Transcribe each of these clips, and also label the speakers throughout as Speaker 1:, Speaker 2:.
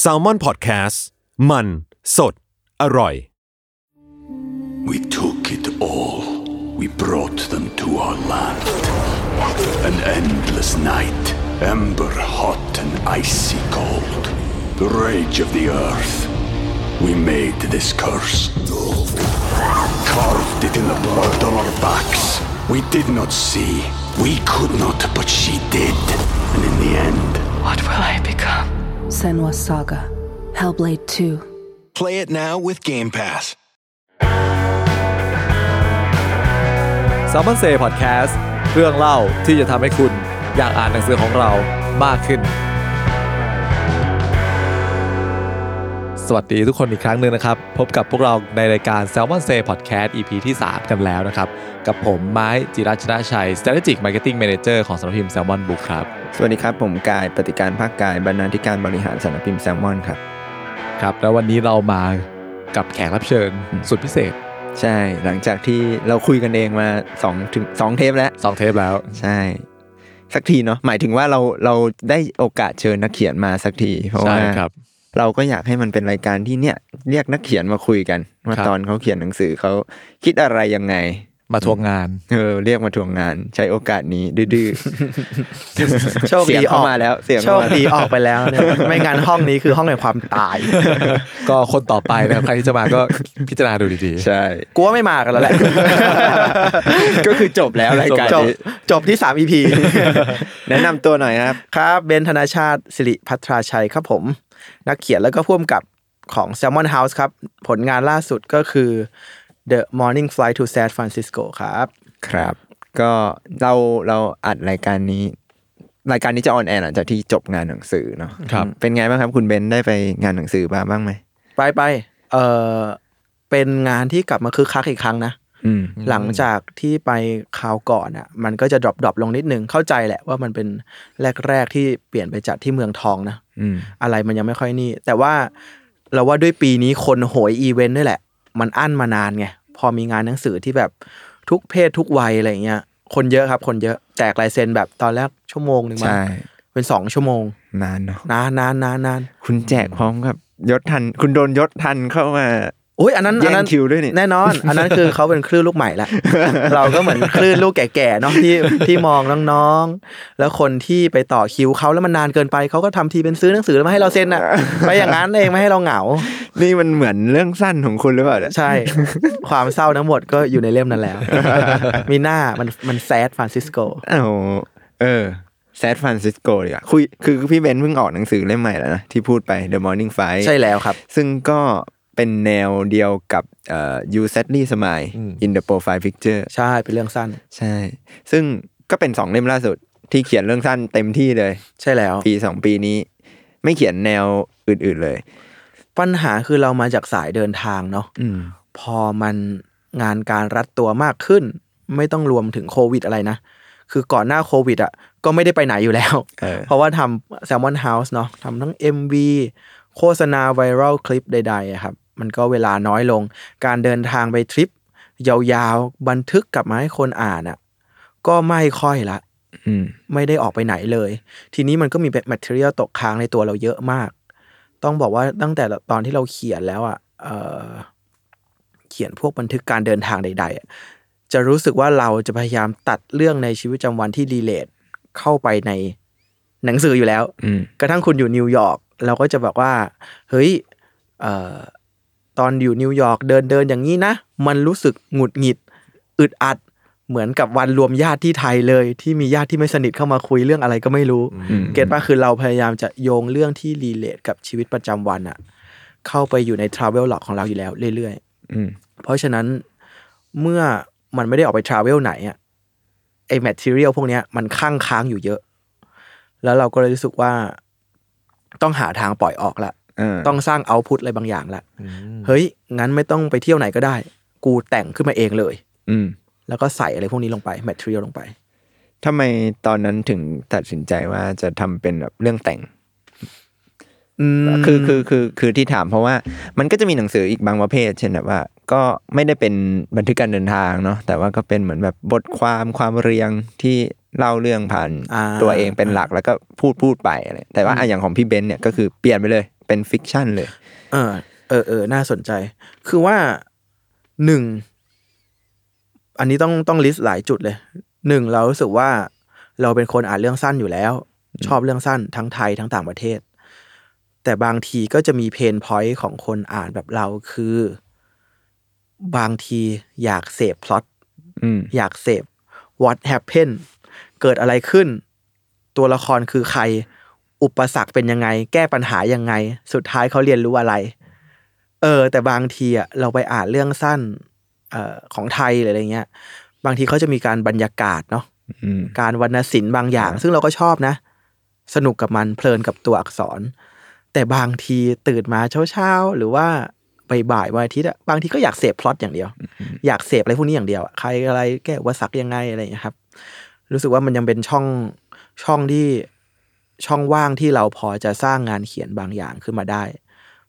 Speaker 1: แซลมอนพอดแคสต์มันสดอร่อย
Speaker 2: We took it all. We brought them to our land. An endless night, ember hot and icy cold. The rage of the earth. We made this curse. Carved it in the blood on our backs. We did not see. We could not, but she did. And in the end,
Speaker 3: What will I become?
Speaker 4: Senwa Saga, Hellblade 2.
Speaker 5: Play it now with Game Pass.
Speaker 6: แซลมอนเซ่พอดแคสต์เรื่องเล่าที่จะทำให้คุณอยากอ่านหนังสือของเรามากขึ้น สวัสดีทุกคนอีกครั้งหนึ่งนะครับ พบกับพวกเราในรายการ s ซ l m o n Say Podcast EP ที่ 3 กันแล้วนะครับ กับผมไม้จิรัชนาชัย Strategic Marketing Manager ของสำนักพิมพ์ Salmon Book ครับ
Speaker 7: สวัสดีครับ ผมกายปฏิการภาคกายบรรณาธิการบริหารสำนักพิมพ์แซลมอนครับ
Speaker 6: ครับ แล้ววันนี้เรามากับแขกรับเชิญสุดพิเศษ
Speaker 7: ใช่หลังจากที่เราคุยกันเองมา2ถึงสองเทปแล้ว
Speaker 6: สองเทปแล้ว
Speaker 7: ใช่ สักทีเนาะหมายถึงว่าเราเราได้โอกาสเชิญนักเขียนมาสักที เพราะ
Speaker 6: ใช่
Speaker 7: ว่า
Speaker 6: ครับ
Speaker 7: เราก็อยากให้มันเป็นรายการที่เนี่ยเรียกนักเขียนมาคุยกันว่า
Speaker 6: ครับ
Speaker 7: ตอนเขาเขียนหนังสือเขาคิดอะไรยังไง
Speaker 6: มาทวงงาน
Speaker 7: เออเรียกมาทวงงาน ใช้โอกาสนี้ดื้อๆ
Speaker 8: โชค
Speaker 7: เสีย
Speaker 8: ดี
Speaker 7: ง
Speaker 8: อ
Speaker 7: เข้า
Speaker 8: อก
Speaker 7: มาแล้วเสียง
Speaker 8: โช
Speaker 7: เข้า
Speaker 8: ค
Speaker 7: มา
Speaker 8: ดีออกไปแล้วเนี่ย ไม่งั้นห้องนี้คือห้องแห่งความตาย
Speaker 6: ก็คนต่อไปนะครับใครที่จะมาก็พิจารณาดูดีๆ
Speaker 7: ใช่
Speaker 8: กลัวไม่มากันแล้วแหละ
Speaker 7: ก็คือจบแล้วรายการ
Speaker 8: จบ
Speaker 7: นี้
Speaker 8: จบที่ 3 EP
Speaker 7: แนะนำตัวหน่อยครับ
Speaker 8: ครับเบนธนาชาติสิริพัทราชัยครับผม นักเขียนแล้วก็พ่วมกับของ Salmon House ครับ ผลงานล่าสุดก็คือ The Morning Flight to San Francisco ครับ
Speaker 7: ครับ ก็เราเราอัดรายการนี้ รายการนี้จะออนแอร์หลังจากที่จบงานหนังสือเนาะ
Speaker 6: ครับ
Speaker 7: เป็นไงบ้างครับคุณเบนได้ไปงานหนังสือบ้างบ้างไหม
Speaker 8: ไปไปเออเป็นงานที่กลับมาคึกคักอีกครั้งนะ
Speaker 7: อืม
Speaker 8: หลังจากที่ไปคราวก่อนอ่ะ มันก็จะดรอปดรอปลงนิดนึง เข้าใจแหละว่ามันเป็นแรก ๆ ที่เปลี่ยนไปจัดที่เมืองทองนะ
Speaker 7: อืม
Speaker 8: อะไรมันยังไม่ค่อยนี่ แต่ว่าเราว่าด้วยปีนี้คนโหยอีเวนต์ด้วยแหละ มันอั้นมานานไง พอมีงานหนังสือที่แบบทุกเพศทุกวัยอะไรอย่างเงี้ย คนเยอะครับ คนเยอะแตกลายเซ็นแบบตอนแรกชั่วโมงหนึ่งมา
Speaker 7: ใช่
Speaker 8: เป็นสองชั่วโมง
Speaker 7: นานเนาะ
Speaker 8: นานนานนานนาน
Speaker 7: คุณแจกพร้อมกับยศทัน คุณโดนยศทันเข้ามา
Speaker 8: โอ้ยอันนั้นอันนั้น
Speaker 7: แย่งคิวด้วยนี่
Speaker 8: แน่นอน อันนั้นคือ เขาเป็นคลื่นลูกใหม่ละ เราก็เหมือนคลื่นลูกแก่ๆเนาะ ที่ที่มองน้องๆ แล้วคนที่ไปต่อคิวเขาแล้วมันนานเกินไปเขาก็ทำทีเป็นซื้อหนังสือแล้วมาให้เราเซ็น อ่ะไปอย่างนั้นเองไม่ให้เราเหงา
Speaker 7: นี่มันเหมือนเรื่องสั้นของคุณหรือเปล่าเนี่ย
Speaker 8: ใช่ ความเศร้าทั้งหมดก็อยู่ในเล่มนั้นแล้ว มีหน้ามันมันแซดฟรานซิสโก
Speaker 7: โอ้โหเออแซดฟรานซิสโกดีกว่าคุยคือพี่เบนเพิ่งออกหนังสือเล่มใหม่แล้วนะ ที่พูดไป The Morning Fight
Speaker 8: ใช่แล้วครับ
Speaker 7: ซึ่งก็เป็นแนวเดียวกับเอ่อ You Sadly Smile in the Profile Picture
Speaker 8: ใช่เป็นเรื่องสั้น
Speaker 7: ใช่ ซึ่งก็เป็นสองเล่มล่าสุด ที่เขียนเรื่องสั้นเต็มที่เลย
Speaker 8: ใช่แล้ว
Speaker 7: ปีสองปีนี้ ไม่เขียนแนวอื่น ๆเลย
Speaker 8: ปัญหาคือเรามาจากสายเดินทางเนาะ
Speaker 7: อืม
Speaker 8: พอมันงานการรัดตัวมากขึ้น ไม่ต้องรวมถึงโควิดอะไรนะ คือก่อนหน้าโควิดอ่ะก็ไม่ได้ไปไหนอยู่แล้ว
Speaker 7: เออ
Speaker 8: เพราะว่าทำแซลมอนเฮาส์เนาะทำทั้ง MV โฆษณาไวรัลคลิปใดๆอะครับมันก็เวลาน้อยลง การเดินทางไปทริป ยาวๆ บันทึกกลับมาให้คนอ่านอ่ะก็ไม่ค่อยละ
Speaker 7: อืม
Speaker 8: ไม่ได้ออกไปไหนเลย ทีนี้มันก็มีแมทเทียลตกค้างในตัวเราเยอะมาก ต้องบอกว่าตั้งแต่ตอนที่เราเขียนแล้วอ่ะเอ่อเขียนพวกบันทึกการเดินทางใดๆอะจะรู้สึกว่าเราจะพยายามตัดเรื่องในชีวิตประจำวันที่รีเลทเข้าไปในหนังสืออยู่แล้ว
Speaker 7: อืม
Speaker 8: กระทั่งคุณอยู่นิวยอร์กเราก็จะบอกว่า เฮ้ยเอ่อตอนอยู่นิวยอร์กเดินเดินอย่างนี้นะ มันรู้สึกหงุดหงิด อึดอัด เหมือนกับวันรวมญาติที่ไทยเลย ที่มีญาติที่ไม่สนิทเข้ามาคุยเรื่องอะไรก็ไม่รู้ เก็ตป่ะคือเราพยายามจะโยงเรื่องที่รีเลทกับชีวิตประจำวันอะเข้าไปอยู่ในทราเวลหลอกของเราอยู่แล้วเรื่อย
Speaker 7: อืม
Speaker 8: ๆ เพราะฉะนั้นเมื่อมันไม่ได้ออกไปทราเวลไหนอะไอแมทเทียลพวกเนี้ยมันค้างค้างอยู่เยอะ แล้วเราก็เลยรู้สึกว่าต้องหาทางปล่อยออกละ
Speaker 7: เออ
Speaker 8: ต้องสร้างเอาพุตอะไรบางอย่างละเฮ้ย งั้นไม่ต้องไปเที่ยวไหนก็ได้ กูแต่งขึ้นมาเองเลย
Speaker 7: อืม
Speaker 8: แล้วก็ใส่อะไรพวกนี้ลงไปแมทเทียลลงไป
Speaker 7: ทำไมตอนนั้นถึงตัดสินใจว่าจะทำเป็นแบบเรื่องแต่ง
Speaker 8: อืม
Speaker 7: คือคือคือคือที่ถามเพราะว่ามันก็จะมีหนังสืออีกบางประเภท เช่นแบบว่า ก็ไม่ได้เป็นบันทึกการเดินทางเนาะแต่ว่าก็เป็นเหมือนแบบบทความความเรียงที่ เล่าเรื่องผ่าน
Speaker 8: อ่า
Speaker 7: ตัวเองเป็นหลักแล้วก็พูดพูดไปอะไรแต่ว่าอ่ะอย่างของพี่เบนซ์เนี่ยก็คือเปลี่ยนไปเลยเป็นฟิกชันเลย
Speaker 8: เออเออเออน่าสนใจ คือว่าหนึ่ง อันนี้ต้องต้องลิสต์หลายจุดเลยหนึ่งเรารู้สึกว่าเราเป็นคนอ่านเรื่องสั้นอยู่แล้ว ชอบเรื่องสั้นทั้งไทยทั้งต่างประเทศ แต่บางทีก็จะมีเพนพอยต์ของคนอ่านแบบเราคือ บางทีอยากเสพพล็อต
Speaker 7: อืม
Speaker 8: อยากเสพ what happened เกิดอะไรขึ้น ตัวละครคือใคร อุปสรรคเป็นยังไง แก้ปัญหายังไง สุดท้ายเขาเรียนรู้อะไร เออ แต่บางทีอ่ะเราไปอ่านเรื่องสั้นเอ่อของไทยหรืออะไรเงี้ย บางทีเขาจะมีการบรรยากาศเนาะ
Speaker 7: อืม
Speaker 8: การวรรณศิลป์บางอย่าง ซึ่งเราก็ชอบนะ สนุกกับมันเพลินกับตัวอักษร แต่บางทีตื่นมาเช้าๆหรือว่าบ่ายๆวันอาทิตย์อะบางทีก็อยากเสพพล็อตอย่างเดียว อยากเสพอะไรพวกนี้อย่างเดียวอะใครอะไรแก้วัสักยังไงอะไรอย่างนี้ยครับ รู้สึกว่ามันยังเป็นช่องช่องที่ช่องว่างที่เราพอจะสร้างงานเขียนบางอย่างขึ้นมาได้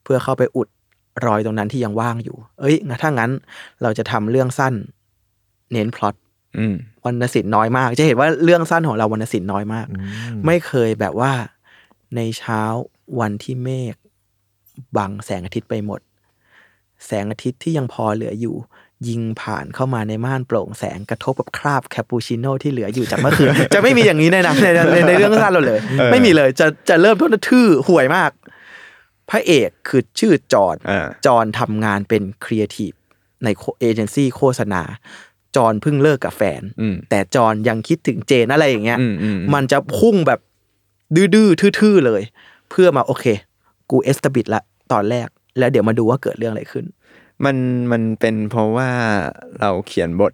Speaker 8: เพื่อเข้าไปอุดรอยตรงนั้นที่ยังว่างอยู่ เอ้ยงั้นถ้างั้นเราจะทำเรื่องสั้น เน้นพล็อต
Speaker 7: อืม
Speaker 8: วรรณศิลป์น้อยมาก จะเห็นว่าเรื่องสั้นของเราวรรณศิลป์น้อยมาก ไม่เคยแบบว่าในเช้าวันที่เมฆบังแสงอาทิตย์ไปหมด แสงอาทิตย์ที่ยังพอเหลืออยู่ ยิงผ่านเข้ามาในม่านโปร่งแสงกระทบกับคราบแคปปูชิโน่ที่เหลืออยู่จากเมื่อคืน จะไม่มีอย่างนี้ในหนังในในในเรื่องสั้นเราเลย ไม่มีเลยจะจะเริ่มต้นทื่อห่วยมาก พระเอกคือชื่อจอร์น
Speaker 7: อ่า
Speaker 8: จอร์นทำงานเป็นครีเอทีฟในเอเจนซี่โฆษณา จอร์นเพิ่งเลิกกับแฟน
Speaker 7: อืม
Speaker 8: แต่จอร์นยังคิดถึงเจนอะไรอย่างเงี้ย
Speaker 7: อืมอืม
Speaker 8: มันจะพุ่งแบบดื้อๆทื่อๆเลย เพื่อมาโอเค กูเอสตบิดละตอนแรก แล้วเดี๋ยวมาดูว่าเกิดเรื่องอะไรขึ้น
Speaker 7: มันมันเป็นเพราะว่าเราเขียนบท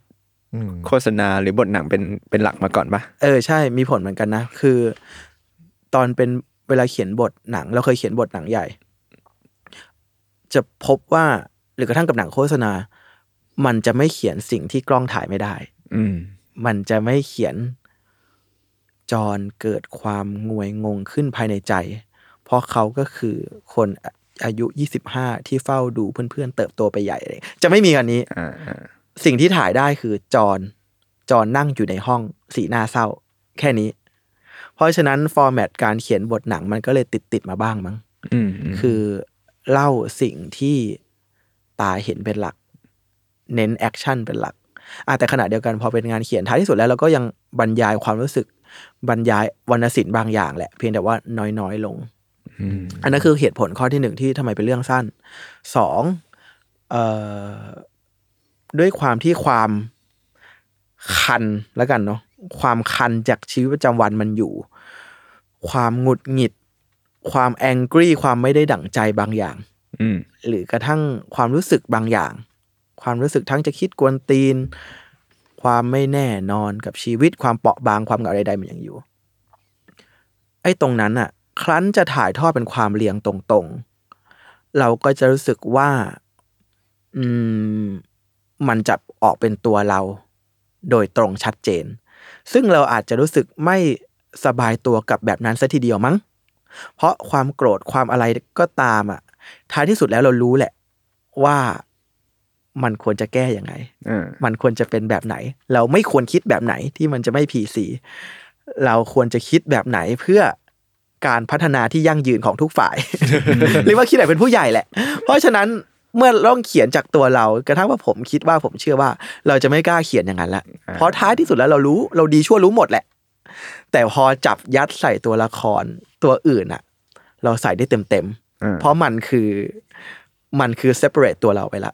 Speaker 7: โฆษณาหรือบทหนังเป็นเป็นหลักมาก่อนปะ
Speaker 8: เออใช่มีผลเหมือนกันนะ คือ ตอนเป็นเวลาเขียนบทหนัง เราเคยเขียนบทหนังใหญ่ จะพบว่าหรือกระทั่งกับหนังโฆษณา มันจะไม่เขียนสิ่งที่กล้องถ่ายไม่ได้
Speaker 7: อืม
Speaker 8: มันจะไม่เขียนจอห์นเกิดความงวยงงขึ้นภายในใจ เพราะเขาก็คือคนอะอายุ 25 ที่เฝ้าดูเพื่อนๆเติบโตไปใหญ่เลยจะไม่มีอันนี้
Speaker 7: อ่าอ่า
Speaker 8: สิ่งที่ถ่ายได้คือจอห์นจอห์นนั่งอยู่ในห้องสีหน้าเศร้า แค่นี้ เพราะฉะนั้นฟอร์แมตการเขียนบทหนังมันก็เลยติดติดๆมาบ้างมั้ง
Speaker 7: อืมอืม
Speaker 8: คือเล่าสิ่งที่ตาเห็นเป็นหลัก เน้นแอคชั่นเป็นหลักอ่ะแต่ขณะเดียวกันพอเป็นงานเขียนท้ายที่สุดแล้วเราก็ยังบรรยายความรู้สึกบรรยายวรรณศิลป์บางอย่างแหละ เพียงแต่ว่าน้อยๆลง อันนั้นคือเหตุผลข้อที่หนึ่งที่ทำไมเป็นเรื่องสั้นสองเอ่อด้วยความที่ความคันแล้วกันเนาะความคันจากชีวิตประจำวันมันอยู่ ความหงุดหงิด ความแองกรีความไม่ได้ดั่งใจบางอย่าง
Speaker 7: อืม
Speaker 8: หรือกระทั่งความรู้สึกบางอย่าง ความรู้สึกทั้งจะคิดกวนตีน ความไม่แน่นอนกับชีวิตความเปราะบางความเหงาใดๆมันยังอยู่ ไอ้ตรงนั้นอะครั้นจะถ่ายทอดเป็นความเรียงตรงๆ เราก็จะรู้สึกว่า อืม มันจะออกเป็นตัวเรา โดยตรงชัดเจน ซึ่งเราอาจจะรู้สึกไม่สบายตัวกับแบบนั้นซะทีเดียวมั้ง เพราะความโกรธความอะไรก็ตามอ่ะ ท้ายที่สุดแล้วเรารู้แหละ ว่ามันควรจะแก้ยังไง
Speaker 7: อ่า
Speaker 8: มันควรจะเป็นแบบไหน เราไม่ควรคิดแบบไหนที่มันจะไม่ผีสี เราควรจะคิดแบบไหนเพื่อการพัฒนาที่ยั่งยืนของทุกฝ่าย หรือว่าคิดแบบเป็นผู้ใหญ่แหละ เพราะฉะนั้นเมื่อต้องเขียนจากตัวเรา กระทั่งว่าผมคิดว่าผมเชื่อว่า เราจะไม่กล้าเขียนอย่างนั้นละเพราะท้ายที่สุดแล้วเรารู้เราดีชั่วรู้หมดแหละ แต่พอจับยัดใส่ตัวละครตัวอื่นอะเราใส่ได้เต็มเต็มๆเพราะมันคือมันคือ separate ตัวเราไปละ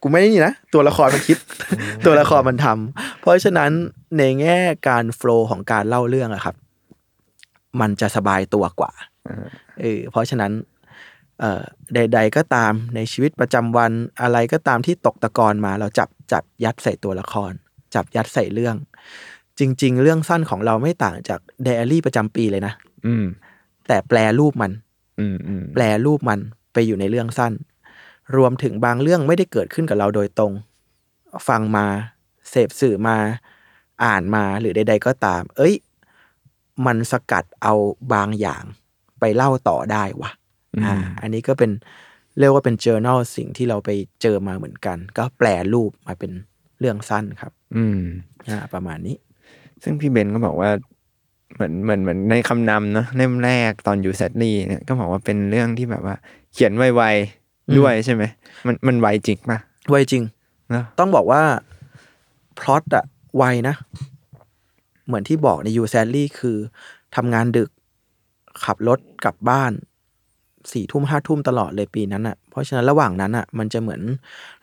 Speaker 8: กูไม่ได้นี่นะ ตัวละครมันคิด ตัวละครมันทำเพราะฉะนั้นในแง่การโฟลว์ของการเล่าเรื่องอะครับ มันจะสบายตัวกว่าเออเพราะฉะนั้น เอ่อใด ๆ ก็ตามในชีวิตประจำวันอะไรก็ตามที่ตกตะกอนมา เราจับจับยัดใส่ตัวละคร จับยัดใส่เรื่อง จริง ๆ เรื่องสั้นของเราไม่ต่างจากไดอารี่ประจำปีเลยนะ
Speaker 7: อืม
Speaker 8: แต่แปลรูปมัน
Speaker 7: อืมอืม
Speaker 8: แปลรูปมันไปอยู่ในเรื่องสั้น รวมถึงบางเรื่องไม่ได้เกิดขึ้นกับเราโดยตรง ฟังมา เสพสื่อมา อ่านมาหรือใด ๆ ก็ตาม เอ้ย มันสกัดเอาบางอย่างไปเล่าต่อได้วะอ่า อันนี้ก็เป็นเรียกว่าเป็น journal สิ่งที่เราไปเจอมาเหมือนกัน ก็แปลรูปมาเป็นเรื่องสั้นครับ
Speaker 7: อืม
Speaker 8: อ่าประมาณนี้
Speaker 7: ซึ่งพี่เบนก็บอกว่า เหมือนเหมือนเหมือนในคำนำเนอะเล่มแรกตอนอยู่แซดลี่เนี่ยก็บอกว่าเป็นเรื่องที่แบบว่า เขียนไวๆด้วยใช่ไหมมันมันไวจริงปะ
Speaker 8: ไวจริง
Speaker 7: เนอะ
Speaker 8: ต้องบอกว่าพล็อตอะไวนะ เหมือนที่บอกในยูแซลลี่คือทำงานดึก ขับรถกลับบ้านสี่ทุ่มห้าทุ่มตลอดเลยปีนั้นอะเพราะฉะนั้นระหว่างนั้นอะมันจะเหมือน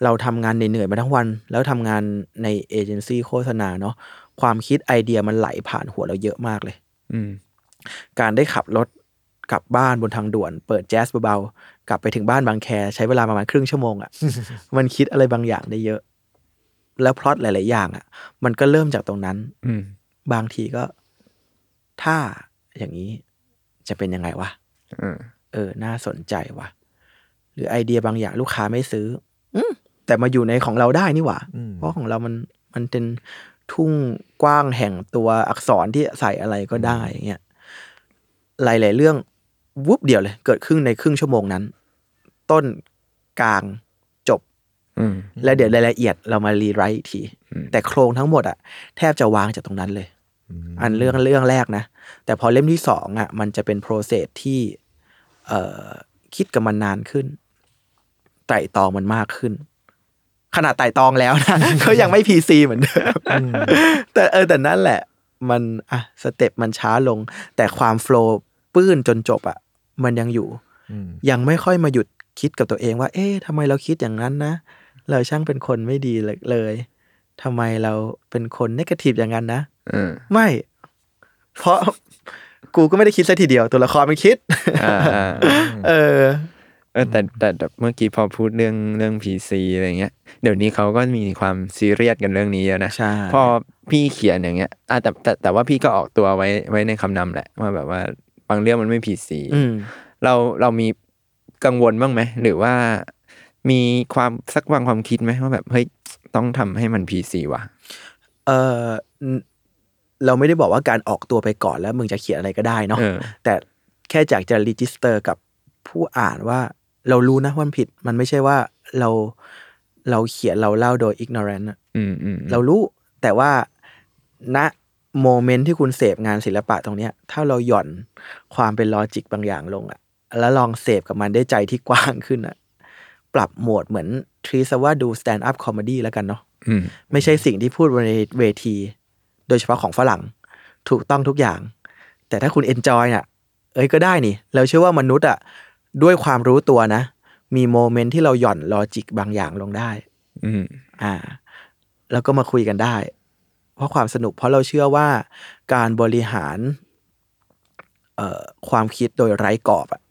Speaker 8: เราทำงานเหนื่อยๆมาทั้งวัน แล้วทำงานในเอเจนซี่โฆษณาเนาะความคิดไอเดียมันไหลผ่านหัวเราเยอะมากเลย
Speaker 7: อืม
Speaker 8: การได้ขับรถกลับบ้านบนทางด่วน เปิดแจ๊สเบาๆ กลับไปถึงบ้านบางแค ใช้เวลาประมาณครึ่งชั่วโมง อะ่ะ มันคิดอะไรบางอย่างได้เยอะ แล้วพล็อตหลาย ๆ อย่างอะ่ะ มันก็เริ่มจากตรงนั้น
Speaker 7: อืม
Speaker 8: บางทีก็ ถ้าอย่างนี้จะเป็นยังไงวะ
Speaker 7: อ่า
Speaker 8: เออ น่าสนใจวะหรือไอเดียบางอย่างลูกค้าไม่ซื้อ อืมแต่มาอยู่ในของเราได้นี่หว่า เพราะของเรามันมันเป็นทุ่งกว้างแห่งตัวอักษรที่ใส่อะไรก็ได้อย่างเงี้ย หลาย ๆ เรื่องวุบเดียวเลย เกิดขึ้นในครึ่งชั่วโมงนั้น ต้นกลางจบ
Speaker 7: อืม
Speaker 8: แล้วเดี๋ยวรายละเอียดเรามารีไรท์อีกที แต่โครงทั้งหมดอะแทบจะวางจากตรงนั้นเลย อันเรื่องเรื่องแรกนะ แต่พอเล่มที่สองอะมันจะเป็นโปรเซสที่เอ่อคิดกับมันนานขึ้น ไต่ตองมันมากขึ้น ขนาดไต่ตองแล้ว นะ ก็ยังไม่พีซีเหมือนเดิมแต่เออแต่นั่นแหละ มันอ่ะสเต็ปมันช้าลง แต่ความโฟล์ปื้นจนจบอะมันยังอยู่ ยังไม่ค่อยมาหยุดคิดกับตัวเองว่า เอ๊ะทำไมเราคิดอย่างนั้นนะ เราช่างเป็นคนไม่ดีเลยเลยทำไมเราเป็นคนนกาทีฟอย่างนั้นนะ
Speaker 7: เออ
Speaker 8: ไม่ เพราะ กูก็ไม่ได้คิดซะทีเดียว ตัวละครมันคิด
Speaker 7: อ่าอ่า
Speaker 8: เออ
Speaker 7: เออแต่แต่แต่เมื่อกี้พอพูดเรื่องเรื่องพีซีอะไรเงี้ยเดี๋ยวนี้เขาก็มีความซีเรียสกันเรื่องนี้เยอะนะ
Speaker 8: ใช่
Speaker 7: พอพี่เขียนอย่างเงี้ยอ่ะแต่แต่แต่ว่าพี่ก็ออกตัวไว้ไว้ในคำนำแหละว่าแบบว่าบางเรื่องมันไม่พีซี
Speaker 8: อืม
Speaker 7: เราเรามีกังวลบ้างไหมหรือว่ามีความสักวางความคิดไหมว่าแบบเฮ้ยต้องทำให้มันพีซีว่ะ
Speaker 8: เออเราไม่ได้บอกว่าการออกตัวไปก่อนแล้วมึงจะเขียนอะไรก็ได้เนาะ
Speaker 7: เออ
Speaker 8: แต่แค่จากจะรีจิสเตอร์กับผู้อ่านว่า เรารู้นะว่ามันผิด มันไม่ใช่ว่าเราเราเขียนเราเล่าโดย ignorant อะ
Speaker 7: อืมอืม
Speaker 8: เรารู้แต่ว่าณโมเมนต์ที่คุณเสพงานศิลปะตรงเนี้ย ถ้าเราหย่อนความเป็นลอจิกบางอย่างลงอะแล้วลองเสพกับมันได้วยใจที่กว้างขึ้นอะปรับโหมดเหมือนทรีซะว่าดูสแตนด์อัพคอมเมดี้แล้วกันเนาะ
Speaker 7: อืม
Speaker 8: ไม่ใช่สิ่งที่พูดบนเวที โดยเฉพาะของฝรั่ง ถูกต้องทุกอย่าง แต่ถ้าคุณเอนจอยน่ะ เอ้ยก็ได้นี่ เราเชื่อว่ามนุษย์อะด้วยความรู้ตัวนะ มีโมเมนต์ที่เราหย่อนลอจิกบางอย่างลงได้
Speaker 7: อืม
Speaker 8: อ่า แล้วก็มาคุยกันได้ เพราะความสนุกเพราะเราเชื่อว่าการบริหารเอ่อความคิดโดยไร้กรอบอะ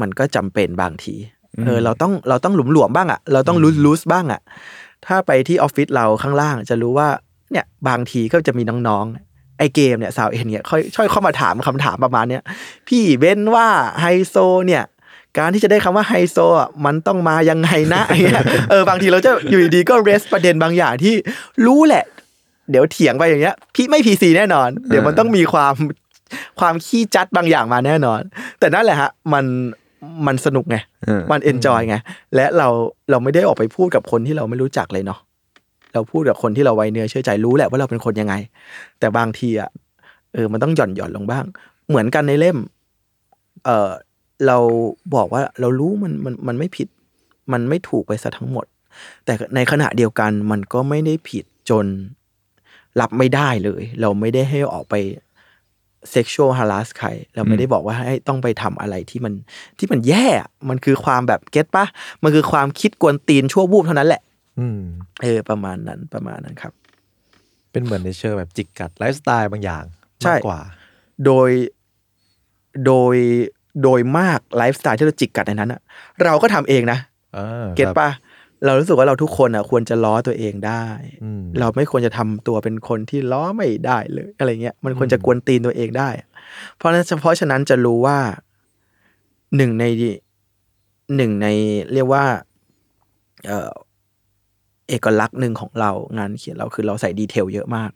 Speaker 8: มันก็จำเป็นบางทีเออเราต้องเราต้องหลุมหลวมๆบ้างอะเราต้องลูสลูสบ้างอะถ้าไปที่ออฟฟิศเราข้างล่าง จะรู้ว่าเนี่ยบางทีก็จะมีน้องๆ ไอเกมเนี่ยสาวเอ็นเนี่ยค่อยช่อยเข้ามาถามคำถามประมาณเนี้ยพี่เบ้นว่าไฮโซเนี่ย การที่จะได้คำว่าไฮโซอ่ะมันต้องมายังไง นะ อย่างเงี้ยเออบางทีเราจะอยู่ดีๆก็เรสประเด็นบางอย่างที่รู้แหละ เดี๋ยวเถียงไปอย่างเงี้ย พี่ไม่พีซีแน่นอน เดี๋ยวมันต้องมีความความขี้จัดบางอย่างมาแน่นอน แต่นั่นแหละฮะ มันมันสนุกไง
Speaker 7: เออ
Speaker 8: มันเอนจอยไง และเราเราไม่ได้ออกไปพูดกับคนที่เราไม่รู้จักเลยเนาะเราพูดกับคนที่เราไว้เนื้อเชื่อใจรู้แหละว่าเราเป็นคนยังไง แต่บางทีอ่ะเออมันต้องหย่อนหย่อนลงบ้าง เหมือนกันในเล่ม เออเราบอกว่าเรารู้มันมันมันไม่ผิด มันไม่ถูกไปซะทั้งหมด แต่ในขณะเดียวกันมันก็ไม่ได้ผิดจนรับไม่ได้เลย เราไม่ได้ให้ออกไปเซ็กชวลฮาร์ลสใคร เราไม่ได้บอกว่าให้ต้องไปทำอะไรที่มันที่มันแย่อะมันคือความแบบเก็ตปะมันคือความคิดกวนตีนชั่ววูบเท่านั้นแหละ
Speaker 6: อืม
Speaker 8: เออประมาณนั้นประมาณนั้นครับ
Speaker 6: เป็นเหมือนในเชิงแบบจิกกัดไลฟ์สไตล์บางอย่าง
Speaker 8: ใช่
Speaker 6: มากกว่า
Speaker 8: โดยโดยโดยมากไลฟ์สไตล์ที่เราจิกกัดในนั้นอะเราก็ทำเองนะ
Speaker 6: เออ
Speaker 8: เก็ต
Speaker 6: ครับ
Speaker 8: ปะเรารู้สึกว่าเราทุกคนอ่ะควรจะล้อตัวเองได้
Speaker 6: อืม
Speaker 8: เราไม่ควรจะทำตัวเป็นคนที่ล้อไม่ได้เลยอะไรเงี้ยมันควรจะกวนตีนตัวเองได้ เพราะฉะนั้นเพราะฉะนั้นจะรู้ว่าหนึ่งในหนึ่งในเรียกว่า เอ่อเอกลักษณ์หนึ่งของเรางานเขียนเราคือเราใส่ดีเทลเยอะมาก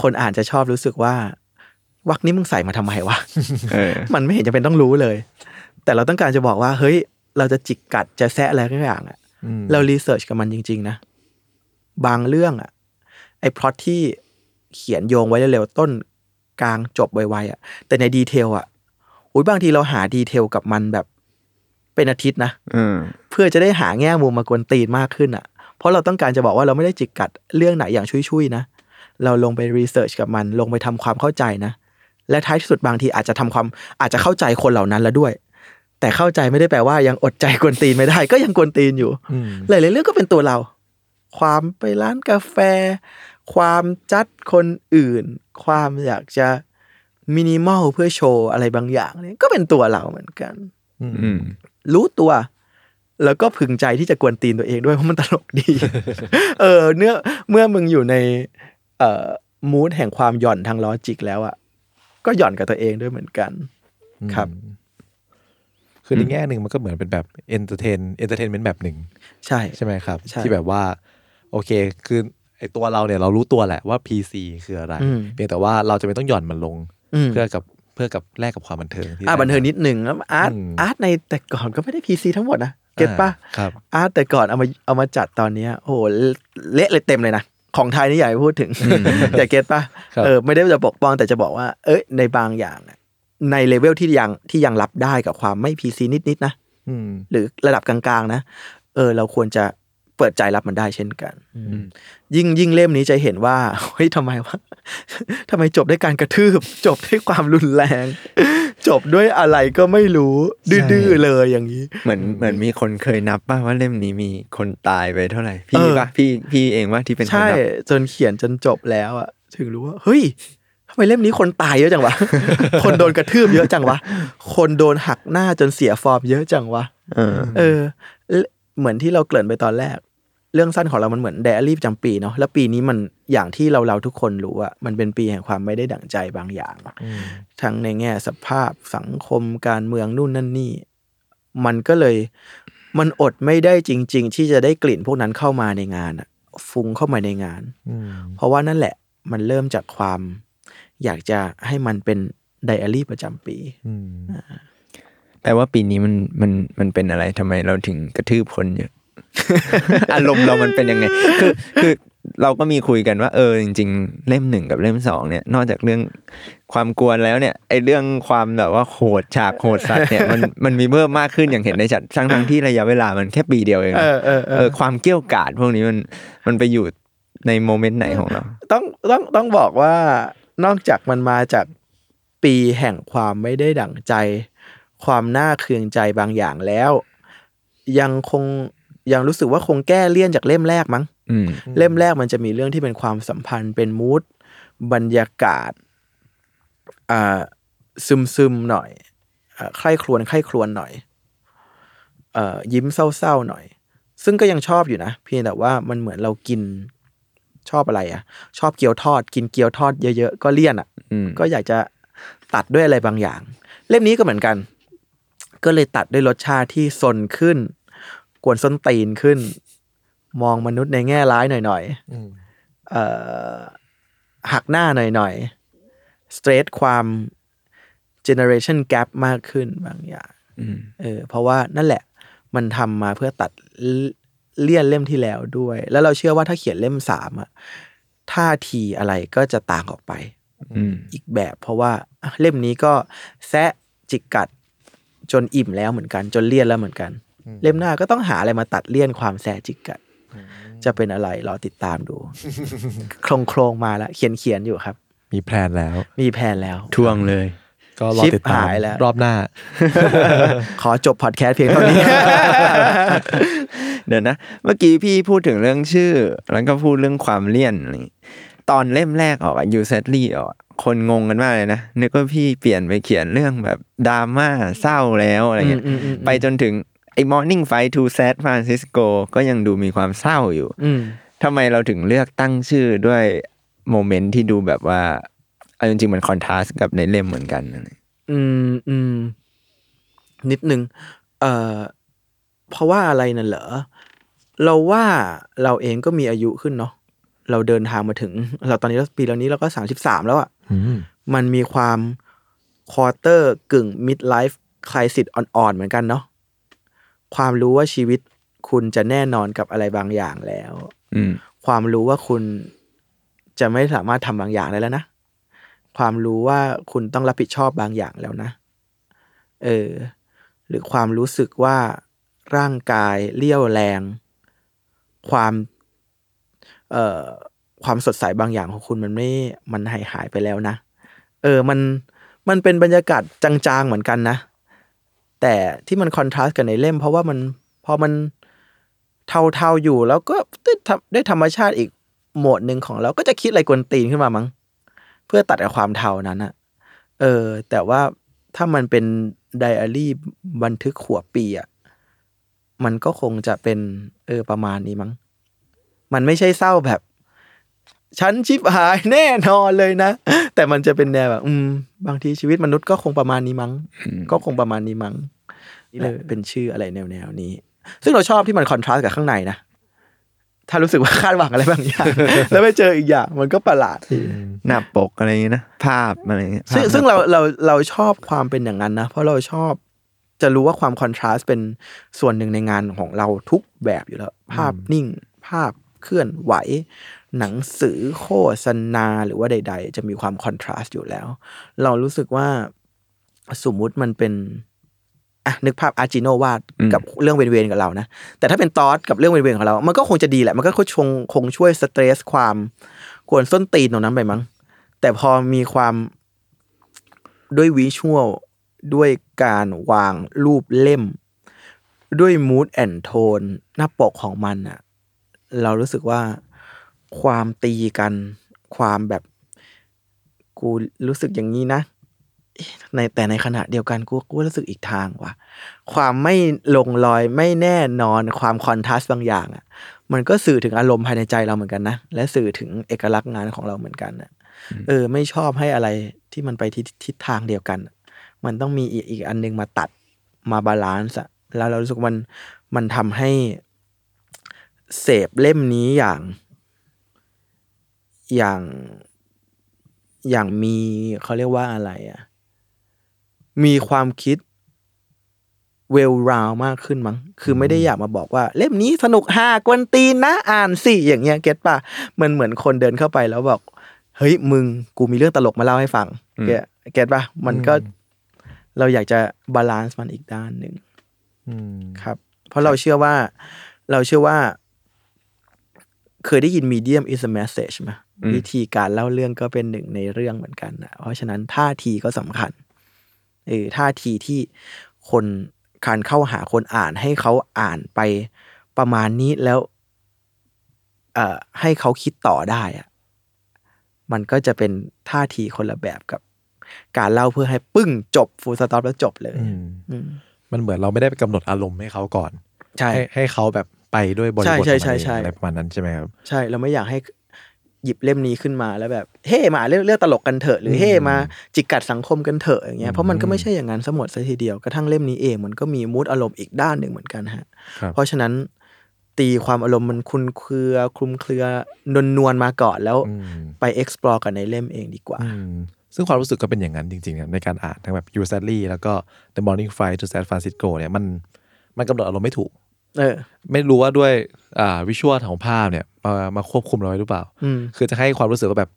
Speaker 8: คนอ่านจะชอบรู้สึกว่า วักนี้มึงใส่มาทำไมวะ
Speaker 7: เออ
Speaker 8: มันไม่เห็นจะเป็นต้องรู้เลย แต่เราต้องการจะบอกว่า เฮ้ย เราจะจิกกัดจะแซะอะไรทุกอย่างอะเรารีเสิร์ชกับมันจริง ๆ นะ บางเรื่องอะไอ้พล็อตที่ เขียนโยงไว้เร็วๆต้นกลางจบไวๆอ่ะ แต่ในดีเทลอ่ะอุ้ยบางทีเราหาดีเทลกับมันแบบเป็นอาทิตย์นะ
Speaker 7: อืม
Speaker 8: เพื่อจะได้หาแง่มุมมากวนตีนมากขึ้นอ่ะ เพราะเราต้องการจะบอกว่าเราไม่ได้จิกกัดเรื่องไหนอย่างชุยๆนะ เราลงไปรีเสิร์ชกับมัน ลงไปทำความเข้าใจนะ และท้ายที่สุดบางทีอาจจะทำความอาจจะเข้าใจคนเหล่านั้นแล้วด้วย แต่เข้าใจไม่ได้แปลว่ายังอดใจกวนตีนไม่ได้ ก็ยังกวนตีนอยู่
Speaker 6: อืม
Speaker 8: หลายๆเรื่องก็เป็นตัวเรา ความไปร้านกาแฟ ความจัดคนอื่น ความอยากจะมินิมอลเพื่อโชว์อะไรบางอย่างเนี่ยก็เป็นตัวเราเหมือนกัน
Speaker 7: อืม
Speaker 8: รู้ตัว แล้วก็พึงใจที่จะกวนตีนตัวเองด้วยเพราะมันตลกดี เออเนื้อเมื่อมึงอยู่ในเอ่อมูดแห่งความหย่อนทางลอจิกแล้วอ่ะก็หย่อนกับตัวเองด้วยเหมือนกัน ครับ
Speaker 6: อืมคือในแง่หนึ่งมันก็เหมือนเป็นแบบเอนเตอร์เทนเอนเตอร์เทนเมนต์แบบหนึ่ง
Speaker 8: ใช่
Speaker 6: ใช่ไหมครับ
Speaker 8: ใช่
Speaker 6: ที่แบบว่า โอเค คือไอตัวเราเนี่ยเรารู้ตัวแหละว่า PC คืออะไร
Speaker 8: อืม
Speaker 6: เพียงแต่ว่าเราจะไม่ต้องหย่อนมันลง
Speaker 8: อืม
Speaker 6: เพื่อกับเพื่อกับแลกกับความบันเทิงที่
Speaker 8: อ่ะ
Speaker 6: ได้
Speaker 8: บันเทิงนิดหนึ่งแล้วอาร์ต
Speaker 6: อืม
Speaker 8: อาร์ตในแต่ก่อนก็ไม่ได้พีซีทั้งหมดนะเก็ตปะ
Speaker 6: อ่าครับ
Speaker 8: อาร์ตแต่ก่อนเอามาเอามาจัดตอนเนี้ยโอ้โหเละเลยเต็มเลยนะ ของไทยนี่อย่าไปพูดถึง อย่าเก็ตปะ
Speaker 6: ครับ
Speaker 8: เออไม่ได้จะปกป้องแต่จะบอกว่า เอ้ยในบางอย่างน่ะในเลเวลที่ยังที่ยังรับได้กับความไม่พีซีนิดๆนะ
Speaker 6: อืม
Speaker 8: หรือระดับกลางๆนะ เออ เราควรจะเปิดใจรับมันได้เช่นกัน ยิ่งยิ่งเล่มนี้จะเห็นว่า เฮ้ยทำไมวะ ทำไมจบด้วยการกระทืบ จบด้วยความรุนแรง จบด้วยอะไรก็ไม่รู้ดื้อๆเลยอย่างนี้
Speaker 7: เหมือนเหมือนมีคนเคยนับป่ะว่าเล่มนี้มีคนตายไปเท่าไหร่
Speaker 8: เอ
Speaker 7: พี่
Speaker 8: อ
Speaker 7: ป่ะพี่พี่เองว่าที่เป็นคน
Speaker 8: ใช่
Speaker 7: นับ
Speaker 8: จนเขียนจนจบแล้วอะถึงรู้ว่า เฮ้ยทำไมเล่มนี้คนตายเยอะจังวะ คนโดนกระทืบเยอะจังวะ คนโดนหักหน้าจนเสียฟอร์มเยอะจังวะ
Speaker 7: เออ
Speaker 8: เออเอ่อเหมือนที่เราเกริ่นไปตอนแรก เรื่องสั้นของเรามันเหมือนไดอารี่ประจำปีเนาะแล้วปีนี้มันอย่างที่เราเราทุกคนรู้อะมันเป็นปีแห่งความไม่ได้ดั่งใจบางอย่าง ทั้งในแง่สภาพสังคมการเมืองนู่นนั่นนี่ มันก็เลยมันอดไม่ได้จริง ๆ ที่จะได้กลิ่นพวกนั้นเข้ามาในงานอะฟุ้งเข้ามาในงาน
Speaker 6: อืม
Speaker 8: เพราะว่านั่นแหละมันเริ่มจากความ อยากจะให้มันเป็นไดอารี่ประจำปี
Speaker 6: อืม
Speaker 7: แปลว่าปีนี้มันมันมันเป็นอะไรทำไมเราถึงกระทืบคนเย อะ อารมณ์เรามันเป็นยังไง คือคือเราก็มีคุยกันว่า เออจริง ๆ เล่มหนึ่งกับเล่มสองเนี่ย นอกจากเรื่องความกวนแล้วเนี่ยไอเรื่องความแบบว่าโหดฉากโหดสัตว์เนี่ยมันมันมีเพิ่มมากขึ้นอย่างเห็นได้ชัดทั้งทั้งที่ระยะเวลามันแค่ปีเดียวเองนะ
Speaker 8: เออเออเออ
Speaker 7: เออความเกี้ยวกราดพวกนี้มันมันไปอยู่ในโมเมนต์ไหนของเรา
Speaker 8: ต้องต้องต้องบอกว่านอกจากมันมาจากปีแห่งความไม่ได้ดั่งใจ ความน่าเคืองใจบางอย่างแล้ว ยังคงยังรู้สึกว่าคงแก้เลี่ยนจากเล่มแรกมั้ง
Speaker 7: อืม
Speaker 8: เล่มแรกมันจะมีเรื่องที่เป็นความสัมพันธ์เป็นมูดบรรยากาศอ่าซึมซึมๆหน่อยอาใคร่ครวญใคร่ครวญหน่อยเอ่อยิ้มเศร้าๆหน่อย ซึ่งก็ยังชอบอยู่นะเพียงแต่ว่ามันเหมือนเรากินชอบอะไรอะ่ะ ชอบเกี๊ยวทอด กินเกี๊ยวทอดเยอะๆก็เลี่ยนอะ่ะ
Speaker 7: อืม
Speaker 8: ก็อยากจะตัดด้วยอะไรบางอย่าง เล่มนี้ก็เหมือนกัน ก็เลยตัดด้วยรสชาติที่สนขึ้น กวนส้นตีนขึ้น มองมนุษย์ในแง่ร้ายหน่อยๆ
Speaker 6: อืม
Speaker 8: เอ่อหักหน้าหน่อยๆ สเตรทความ generation gap มากขึ้นบางอย่างเออเพราะว่านั่นแหละมันทำมาเพื่อตัดเลี่ยนเล่มที่แล้วด้วย แล้วเราเชื่อว่าถ้าเขียนเล่มสามอะท่าทีอะไรก็จะต่างออกไป
Speaker 7: อืม
Speaker 8: อีกแบบเพราะว่าอ่ะเล่มนี้ก็แซะจิกกัดจนอิ่มแล้วเหมือนกัน จนเลี่ยนแล้วเหมือนกัน เล่มหน้าก็ต้องหาอะไรมาตัดเลี่ยนความแซะจิกกัด จะเป็นอะไรรอติดตามดู โครงโครงๆมาแล้วเขียนเขียนๆอยู่ครับ
Speaker 6: มีแพลนแล้ว
Speaker 8: มีแผนแล้ว
Speaker 7: ทวงเลย
Speaker 6: ก็รอติด
Speaker 8: ชิป
Speaker 6: ตาม
Speaker 8: หายแล้ว
Speaker 6: รอบหน้า
Speaker 8: ขอจบพอดแคสต์เพียงเท่านี้
Speaker 7: เดี๋ยวนะ เมื่อกี้พี่พูดถึงเรื่องชื่อ แล้วก็พูดเรื่องความเลี่ยนอะไรอย่างงี้ตอนเล่มแรกออกยูเซตลี่ออกอะคนงงกันมากเลยนะนึกว่าพี่เปลี่ยนไปเขียนเรื่องแบบดราม่าเศร้าแล้วอะไรเงี้ย
Speaker 8: อืมอืมอืมอืม
Speaker 7: ไปจนถึงไอ้ Morning Fight to San Francisco ก็ยังดูมีความเศร้าอยู่
Speaker 8: อืม
Speaker 7: ทำไมเราถึงเลือกตั้งชื่อด้วยโมเมนต์ที่ดูแบบว่าเอาจริงๆมันคอนทราสกับในเล่มเหมือนกันนะเนี่ย
Speaker 8: อืมอืมนิดนึงเอ่อเพราะว่าอะไรนั่นเหรอ เราว่าเราเองก็มีอายุขึ้นเนาะเราเดินทางมาถึง เราตอนนี้เราปีแล้วนี้เราก็สามสิบสามแล้วอะ
Speaker 6: อืม
Speaker 8: มันมีความควอเตอร์กึ่ง mid life crisis อ่อนๆ เหมือนกันเนาะความรู้ว่าชีวิตคุณจะแน่นอนกับอะไรบางอย่างแล้ว
Speaker 7: อืม
Speaker 8: ความรู้ว่าคุณ จะไม่สามารถทำบางอย่างได้แล้วนะ ความรู้ว่าคุณต้องรับผิดชอบบางอย่างแล้วนะ เออ หรือความรู้สึกว่าร่างกายเลี่ยวแรง ความ เอ่อ ความสดใสบางอย่างของคุณมันไม่ มันหายหายไปแล้วนะ เออ มัน มันเป็นบรรยากาศจางๆเหมือนกันนะ แต่ที่มันคอนทราสต์กันในเล่ม เพราะว่ามัน พอมันเทาๆอยู่แล้วก็ได้ทำได้ธรรมชาติอีกโหมดหนึ่งของเราก็จะคิดอะไรกวนตีนขึ้นมามั้ง เพื่อตัดกับความเทานั้นอะเออ แต่ว่าถ้ามันเป็นไดอารี่บันทึกหัวปีอะมันก็คงจะเป็น เออประมาณนี้มั้ง มันไม่ใช่เศร้าแบบ ฉันชิบหายแน่นอนเลยนะ แต่มันจะเป็นแนวแบบ อืม บางทีชีวิตมนุษย์ก็คงประมาณนี้มั้ง ก็คงประมาณนี้มั้งนี่แหละเป็นชื่ออะไรแนวแนวๆนี้ ซึ่งเราชอบที่มันคอนทราสต์กับข้างในนะ ถ้ารู้สึกว่าคาดหวังอะไรบางอย่าง แล้วไปเจออีกอย่าง มันก็ประหลาดดี
Speaker 7: หน้าปกอะไรอย่างเงี้ยนะ ภาพอะไรอย่างเงี้ย
Speaker 6: ภาพ
Speaker 8: ซึ่ง
Speaker 6: มัน
Speaker 8: ซึ่งเราเราเราชอบความเป็นอย่างนั้นนะ เพราะเราชอบจะรู้ว่าความคอนทราสต์เป็นส่วนหนึ่งในงานของเราทุกแบบอยู่แล้ว ภาพนิ่ง ภาพเคลื่อนไหว หนังสือโฆษณาหรือว่าใด ๆ จะมีความคอนทราสต์อยู่แล้ว เรารู้สึกว่าสมมุติมันเป็นอ่ะนึกภาพอาจิโนวาดกับเรื่องเวนๆกับเรานะ แต่ถ้าเป็นตอสกับเรื่องเวนๆของเรา มันก็คงจะดีแหละ มันก็คงชงคงช่วยสเตรสความกวนส้นตีนตรงนั้นไปมั้ง แต่พอมีความ ด้วยวิชวลด้วยการวางรูปเล่ม ด้วยมูดแอนโทนหน้าปกของมันอะเรารู้สึกว่าความตีกัน ความแบบ กูรู้สึกอย่างนี้นะเอ๊ะในแต่ในขณะเดียวกันกูกูรู้สึกอีกทางว่ะ ความไม่ลงรอยไม่แน่นอนความคอนทราสต์บางอย่างอะมันก็สื่อถึงอารมณ์ภายในใจเราเหมือนกันนะ และสื่อถึงเอกลักษณ์งานของเราเหมือนกันอะ เออไม่ชอบให้อะไรที่มันไปทิศทิศทางเดียวกัน มันต้องมีอีกอีกอันนึงมาตัดมาบาลานซ์อะแล้วเรารู้สึกมันมันทำให้เสพเล่มนี้อย่าง อย่างอย่างมีเขาเรียกว่าอะไรอะมีความคิดเวลราวมากขึ้นมั้ง คือไม่ได้อยากมาบอกว่า เล่มนี้สนุกฮากวนตีนนะ อ่านสิอย่างเงี้ยเก็ตป่ะมันเหมือนคนเดินเข้าไปแล้วบอก เฮ้ยมึงกูมีเรื่องตลกมาเล่าให้ฟังแกเก็ตป่ะมันก็เราอยากจะบาลานซ์มันอีกด้านหนึ่งครับ เพราะเราเชื่อว่า เราเชื่อว่า เคยได้ยิน medium is a message ไหมวิธีการเล่าเรื่องก็เป็นหนึ่งในเรื่องเหมือนกันนะเพราะฉะนั้นท่าทีก็สำคัญเออท่าทีที่คนการเข้าหาคนอ่านให้เขาอ่านไปประมาณนี้แล้ว เอ่อ ให้เขาคิดต่อได้อะ มันก็จะเป็นท่าทีคนละแบบกับ การเล่าเพื่อให้ปึ้งจบฟูลสต็อปแล้วจบเลย
Speaker 6: อืม
Speaker 8: อืม
Speaker 6: มันเหมือนเราไม่ได้ไปกำหนดอารมณ์ให้เขาก่อน
Speaker 8: ใช่
Speaker 6: ให้ให้เขาแบบไปด้วยบริบท
Speaker 8: ใช่
Speaker 6: ของมัน
Speaker 8: ใช่ใช่
Speaker 6: เอง
Speaker 8: ใช่
Speaker 6: อะไรประมาณนั้นใช่ไหมครับ
Speaker 8: ใช่เราไม่อยากให้หยิบเล่มนี้ขึ้นมาแล้วแบบ เฮ้มาเรื่องเรื่องตลกกันเถอะหรือเฮ้มาจิกกัดสังคมกันเถอะอย่างเงี้ยเพราะมันก็ไม่ใช่อย่างนั้นสมดซะทีเดียวกระทั่งเล่มนี้เองมันก็มีมูดอารมณ์อีกด้านหนึ่งเหมือนกันฮะ
Speaker 6: ครับ
Speaker 8: เพราะฉะนั้นตีความอารมณ์มันคลุนเครือคลุมเครือนวลนวลๆมาก่อนแล้วไป explore กันในเล่มเองดีกว่า
Speaker 6: อืมซึ่งความรู้สึกก็เป็นอย่างนั้นจริงๆครับในการอ่านทั้งแบบ You Sadly แล้วก็ The Morning Flight to San Francisco เนี่ยมันมันกำหนดอารมณ์ไม่ถูก
Speaker 8: เออ
Speaker 6: ไม่รู้ว่าด้วยอ่าวิชวลของภาพเนี่ยมามาควบคุมเราไว้หรือเปล่า
Speaker 8: อืม
Speaker 6: คือจะให้ความรู้สึกว่าแบบ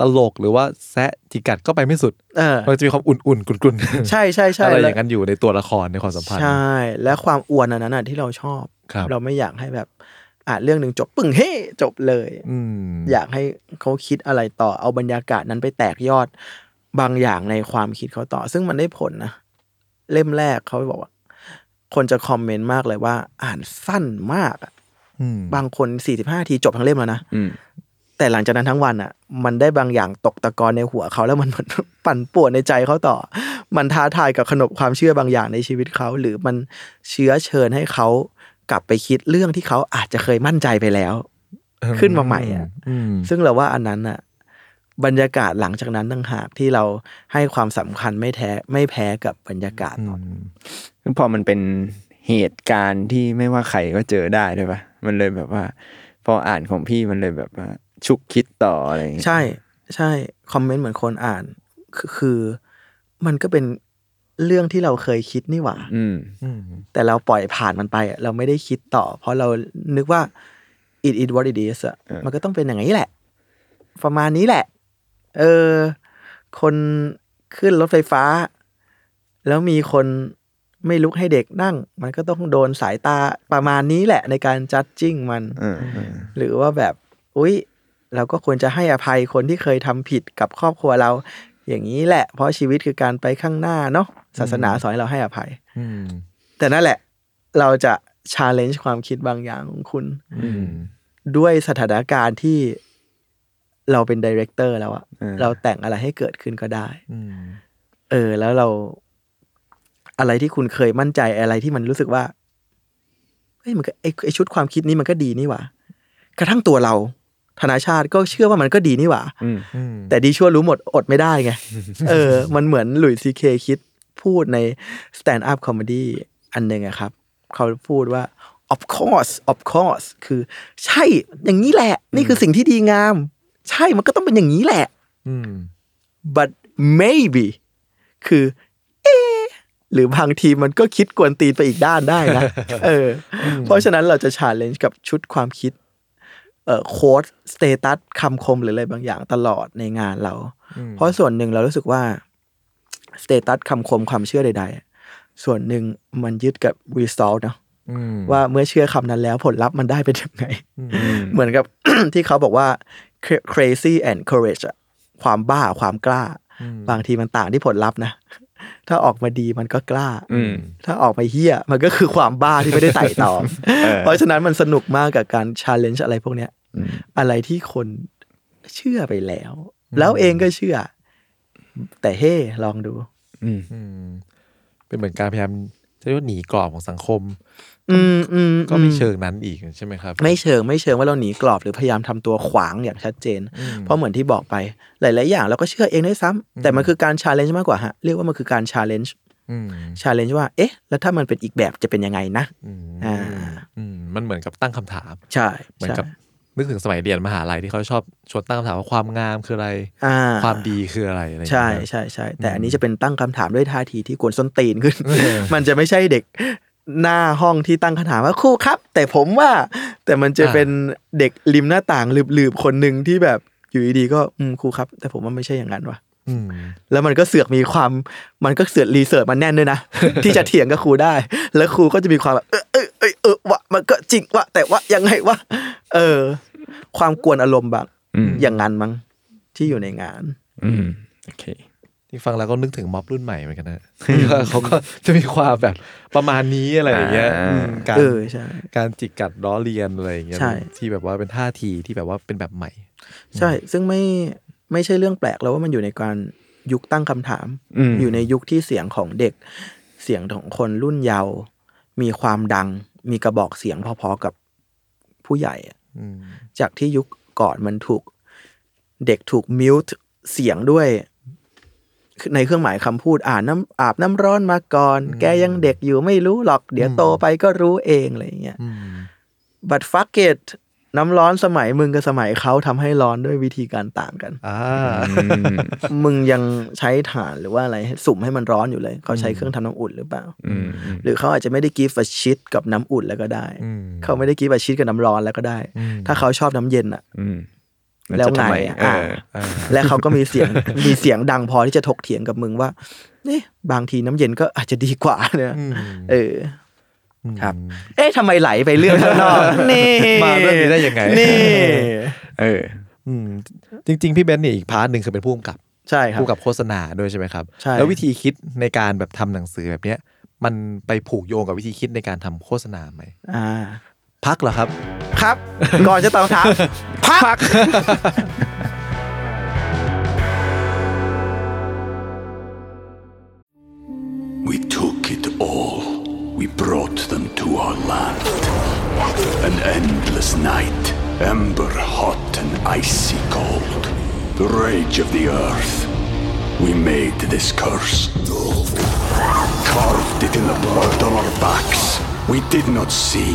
Speaker 6: ตลกหรือว่าแซะจิกกัดก็ไปไม่สุด
Speaker 8: เออ
Speaker 6: มันจะมีความอุ่นๆกลุ่นๆ
Speaker 8: ใช่ใช่ ใช่
Speaker 6: อะไร
Speaker 8: แล้ว
Speaker 6: อย่างนั้นอยู่ในตัวละครในความสัมพันธ์
Speaker 8: ใช่ และความอ้วนอันนั้นน่ะที่เราชอบ
Speaker 6: ครับ
Speaker 8: เราไม่อยากให้แบบอ่านเรื่องหนึ่งจบปึ้งเฮ้จบเลย
Speaker 6: อืม
Speaker 8: อยากให้เขาคิดอะไรต่อเอาบรรยากาศนั้นไปแตกยอดบางอย่างในความคิดเขาต่อ ซึ่งมันได้ผลนะเล่มแรกเขาบอกว่า คนจะคอมเมนต์มากเลยว่า อ่านสั้นมากอะ
Speaker 6: อืม
Speaker 8: บางคนสี่สิบห้าทีจบทั้งเล่มแล้วนะ
Speaker 7: อืม
Speaker 8: แต่หลังจากนั้นทั้งวันอ่ะ มันได้บางอย่างตกตะกอนในหัวเขาแล้วมัน มันปั่นป่วนในใจเขาต่อ มันท้าทายกับขนบความเชื่อบางอย่างในชีวิตเขา หรือมันเชื้อเชิญให้เขากลับไปคิดเรื่องที่เขาอาจจะเคยมั่นใจไปแล้ว ขึ้นมาใหม่อ่ะ
Speaker 6: อืม
Speaker 8: ซึ่งเราว่าอันนั้นอ่ะ บรรยากาศหลังจากนั้นต่างหากที่เราให้ความสำคัญไม่แท้ไม่แพ้กับบรรยากาศตอน
Speaker 7: พอมันเป็นเหตุการณ์ที่ไม่ว่าใครก็เจอได้ด้วยปะมันเลยแบบว่า พออ่านของพี่มันเลยแบบว่า ชุกคิดต่ออะไรอย่างเงี้ย
Speaker 8: ใช่ใช่ คอมเมนต์เหมือนคนอ่านคือคือ มันก็เป็นเรื่องที่เราเคยคิดนี่หว่า
Speaker 7: อืม
Speaker 8: แต่เราปล่อยผ่านมันไปอะเราไม่ได้คิดต่อ เพราะเรานึกว่า it is what it is อะมันก็ต้องเป็นอย่างนี้แหละ ประมาณนี้แหละ เออ คนขึ้นรถไฟฟ้า แล้วมีคนไม่ลุกให้เด็กนั่ง มันก็ต้องโดนสายตาประมาณนี้แหละในการจัดจิ้งมัน
Speaker 7: เออเออ
Speaker 8: หรือว่าแบบอุ๊ย เราก็ควรจะให้อภัยคนที่เคยทำผิดกับครอบครัวเรา อย่างนี้แหละ เพราะชีวิตคือการไปข้างหน้าเนาะศาสนาสอนให้เราให้อภัย
Speaker 6: อืม
Speaker 8: แต่นั่นแหละ เราจะชาเลนจ์ความคิดบางอย่างของคุณ
Speaker 6: อืม
Speaker 8: ด้วยสถานการณ์ที่เราเป็นดีเรคเตอร์แล้วอะเราแต่งอะไรให้เกิดขึ้นก็ได้
Speaker 6: อืม
Speaker 8: เออ แล้วเรา อะไรที่คุณเคยมั่นใจอะไรที่มันรู้สึกว่าเฮ้ยมันก็ไอไอชุดความคิดนี้มันก็ดีนี่หว่ากระทั่งตัวเรา ธนาชาติก็เชื่อว่ามันก็ดีนี่หว่า
Speaker 6: อืม
Speaker 8: แต่ดีชั่วรู้หมดอดไม่ได้ไง เออ มันเหมือนหลุยซีเคคิดพูดใน stand up comedy อันหนึ่งอะครับ เขาพูดว่า of course of course คือ ใช่อย่างนี้แหละ นี่คือสิ่งที่ดีงาม ใช่มันก็ต้องเป็นอย่างนี้แหละ
Speaker 6: อืม
Speaker 8: but maybe คือเอะหรือบางทีมันก็คิดกวนตีนไปอีกด้านได้นะ เออ เพราะฉะนั้นเราจะ challenge กับชุดความคิด เอ่อโค้ดสเตตัสคำคมหรืออะไรบางอย่างตลอดในงานเรา เพราะส่วนหนึ่งเรารู้สึกว่าสเตตัสคำคมความเชื่อใดๆอะส่วนหนึ่งมันยึดกับ result เนอะ
Speaker 6: อืม
Speaker 8: ว่าเมื่อเชื่อคำนั้นแล้วผลลัพธ์มันได้เป็นยังไง เหมือนกับ ที่เขาบอกว่า cra- crazy and courage อะความบ้าความกล้า บางทีมันต่างที่ผลลัพธ์นะ ถ้าออกมาดีมันก็กล้า ถ้าออกมาเฮี้ยมันก็คือความบ้าที่ไม่ได้ไต่ตอง เพราะฉะนั้นมันสนุกมากกับการชาเลนจ์อะไรพวกเนี้ย อะไรที่คนเชื่อไปแล้ว แล้วเองก็เชื่อ แต่เฮ้ลองดู
Speaker 6: เป็นเหมือนการพยายามจะเรียกว่าหนีกรอบของสังคม
Speaker 8: อืมอืม
Speaker 6: ก็ไม่
Speaker 8: อื
Speaker 6: เชิงนั้นอีกใช่ไหมครับ
Speaker 8: ไม่เชิงไม่เชิงว่าเราหนีกรอบหรือพยายามทำตัวขวางอย่างชัดเจน เพราะเหมือนที่บอกไป หลาย ๆ อย่างเราก็เชื่อเองด้วยซ้ำแต่มันคือการชาเลนจ์มากกว่าฮะ เรียกว่ามันคือการชาเลนจ์
Speaker 6: อืม
Speaker 8: ชาเลนจ์ว่า เอ๊ะ แล้วถ้ามันเป็นอีกแบบจะเป็นยังไงนะ อ่า
Speaker 6: อืมมันเหมือนกับตั้งคำถาม
Speaker 8: ใช่
Speaker 6: เหมือนกับ
Speaker 8: ใช่
Speaker 6: นึกถึงสมัยเรียนมหาลัยที่เขาชอบชวนตั้งคำถามว่าความงามคืออะไร
Speaker 8: อ่า
Speaker 6: ความดีคืออะไรอะไรอย่าง
Speaker 8: ใช่
Speaker 6: เงี้ยครับ
Speaker 8: ใช่ใช่แต่อันนี้จะเป็นตั้งคำถามด้วยท่าทีที่กวนส้นตีน ขึ้น มันจะไม่ใช่เด็กหน้าห้องที่ตั้งคำถามว่าครูครับ แต่ผมว่า แต่มันจะ
Speaker 6: อ่า
Speaker 8: เป็นเด็กริมหน้าต่างหลืบๆคนหนึ่งที่แบบอยู่ดีๆก็อืมครูครับ แต่ผมว่าไม่ใช่อย่างนั้นว่ะ
Speaker 6: อืม
Speaker 8: แล้วมันก็เสือกมีความ มันก็เสือกรีเสิร์ชมันแน่นด้วยนะ ที่จะเถียงกับครูได้ แล้วครูก็จะมีความแบบเออเออเออเออวะมันก็จริงวะแต่ว่ายังไงวะเออ ความกวนอารมณ์บางอย่างนั้นมั้งที่อยู่ในงาน
Speaker 7: อืมโอเค
Speaker 6: ที่ฟังแล้วก็นึกถึงม็อบรุ่นใหม่เหมือนกันนะว่าเขาก็จะมีความแบบประมาณนี้อะไรอย่างเงี้ย
Speaker 7: อ่า
Speaker 6: อืมการ
Speaker 8: เออใช่
Speaker 6: การจิกกัดล้อเลียนอะไรอย่างเงี้ย
Speaker 8: ใช่
Speaker 6: ที่แบบว่าเป็นท่าทีที่แบบว่าเป็นแบบใหม่
Speaker 8: ใช่ ซึ่งไม่ไม่ใช่เรื่องแปลกแล้วว่ามันอยู่ในการยุคตั้งคำถาม
Speaker 7: อืม
Speaker 8: อยู่ในยุคที่เสียงของเด็ก เสียงของคนรุ่นเยาว์มีความดัง มีกระบอกเสียงพอๆกับผู้ใหญ่อะ
Speaker 6: อืม
Speaker 8: จากที่ยุคก่อนมันถูก เด็กถูกมิวต์เสียงด้วย ในเครื่องหมายคำพูดอ่านน้ำอาบน้ำร้อนมาก่อน แกยังเด็กอยู่ไม่รู้หรอก เดี๋ยวโตไปก็รู้เองอะไรอย่างเงี้ย
Speaker 6: อืม
Speaker 8: บัตฟักเกตน้ำร้อนสมัยมึงกับสมัยเขาทำให้ร้อนด้วยวิธีการต่างกัน
Speaker 6: อ่า
Speaker 8: มึงยังใช้ถ่านหรือว่าอะไรให้สุ่มให้มันร้อนอยู่เลย เขาใช้เครื่องทำน้ำอุ่นหรือเปล่า
Speaker 7: อืมอืม
Speaker 8: หรือเขาอาจจะไม่ได้กีฟอะชิดกับน้ำอุ่นแล้วก็ได้
Speaker 6: อืม
Speaker 8: เขาไม่ได้กีฟอะชิดกับน้ำร้อนแล้วก็ได้
Speaker 6: อืม
Speaker 8: ถ้าเขาชอบน้ำเย็นอะ
Speaker 7: อื ม
Speaker 8: แล้วไง
Speaker 7: จะทำม
Speaker 8: อะ
Speaker 7: เอ
Speaker 8: อ่า
Speaker 7: อ
Speaker 8: และเขาก็มีเสียง มีเสียงดังพอที่จะถกเถียงกับมึงว่าเนี่ยบางทีน้ำเย็นก็อาจจะดีกว่าเนี่ย
Speaker 6: อืม
Speaker 8: เออ
Speaker 6: อืม
Speaker 7: ครับ
Speaker 8: เอ๊ะทำไมไหลไปเรื่องข้างนอก นี่
Speaker 6: มาเรื่องนี้ได้ยังไง
Speaker 8: นี่
Speaker 7: เออ
Speaker 6: อืมจริง ๆ พี่เบนซ์เนี่ยอีกพาร์ทหนึ่งคือเป็นผู้กำกับ
Speaker 8: ใช่ครับ
Speaker 6: คู่กับโฆษณาด้วยใช่ไหมครับ
Speaker 8: ใช่
Speaker 6: แล้ววิธีคิดในการแบบทำหนังสือแบบเนี้ย มันไปผูกโยงกับวิธีคิดในการทำโฆษณาไหม
Speaker 8: อ่า
Speaker 6: พักเหรอครับ
Speaker 8: ครับ ก่อนจะตอบคำถามพัก
Speaker 2: We took it all. We brought them to our land. An endless night, ember hot and icy cold. The rage of the earth. We made this curse. Carved it in the blood on our backs. We did not see.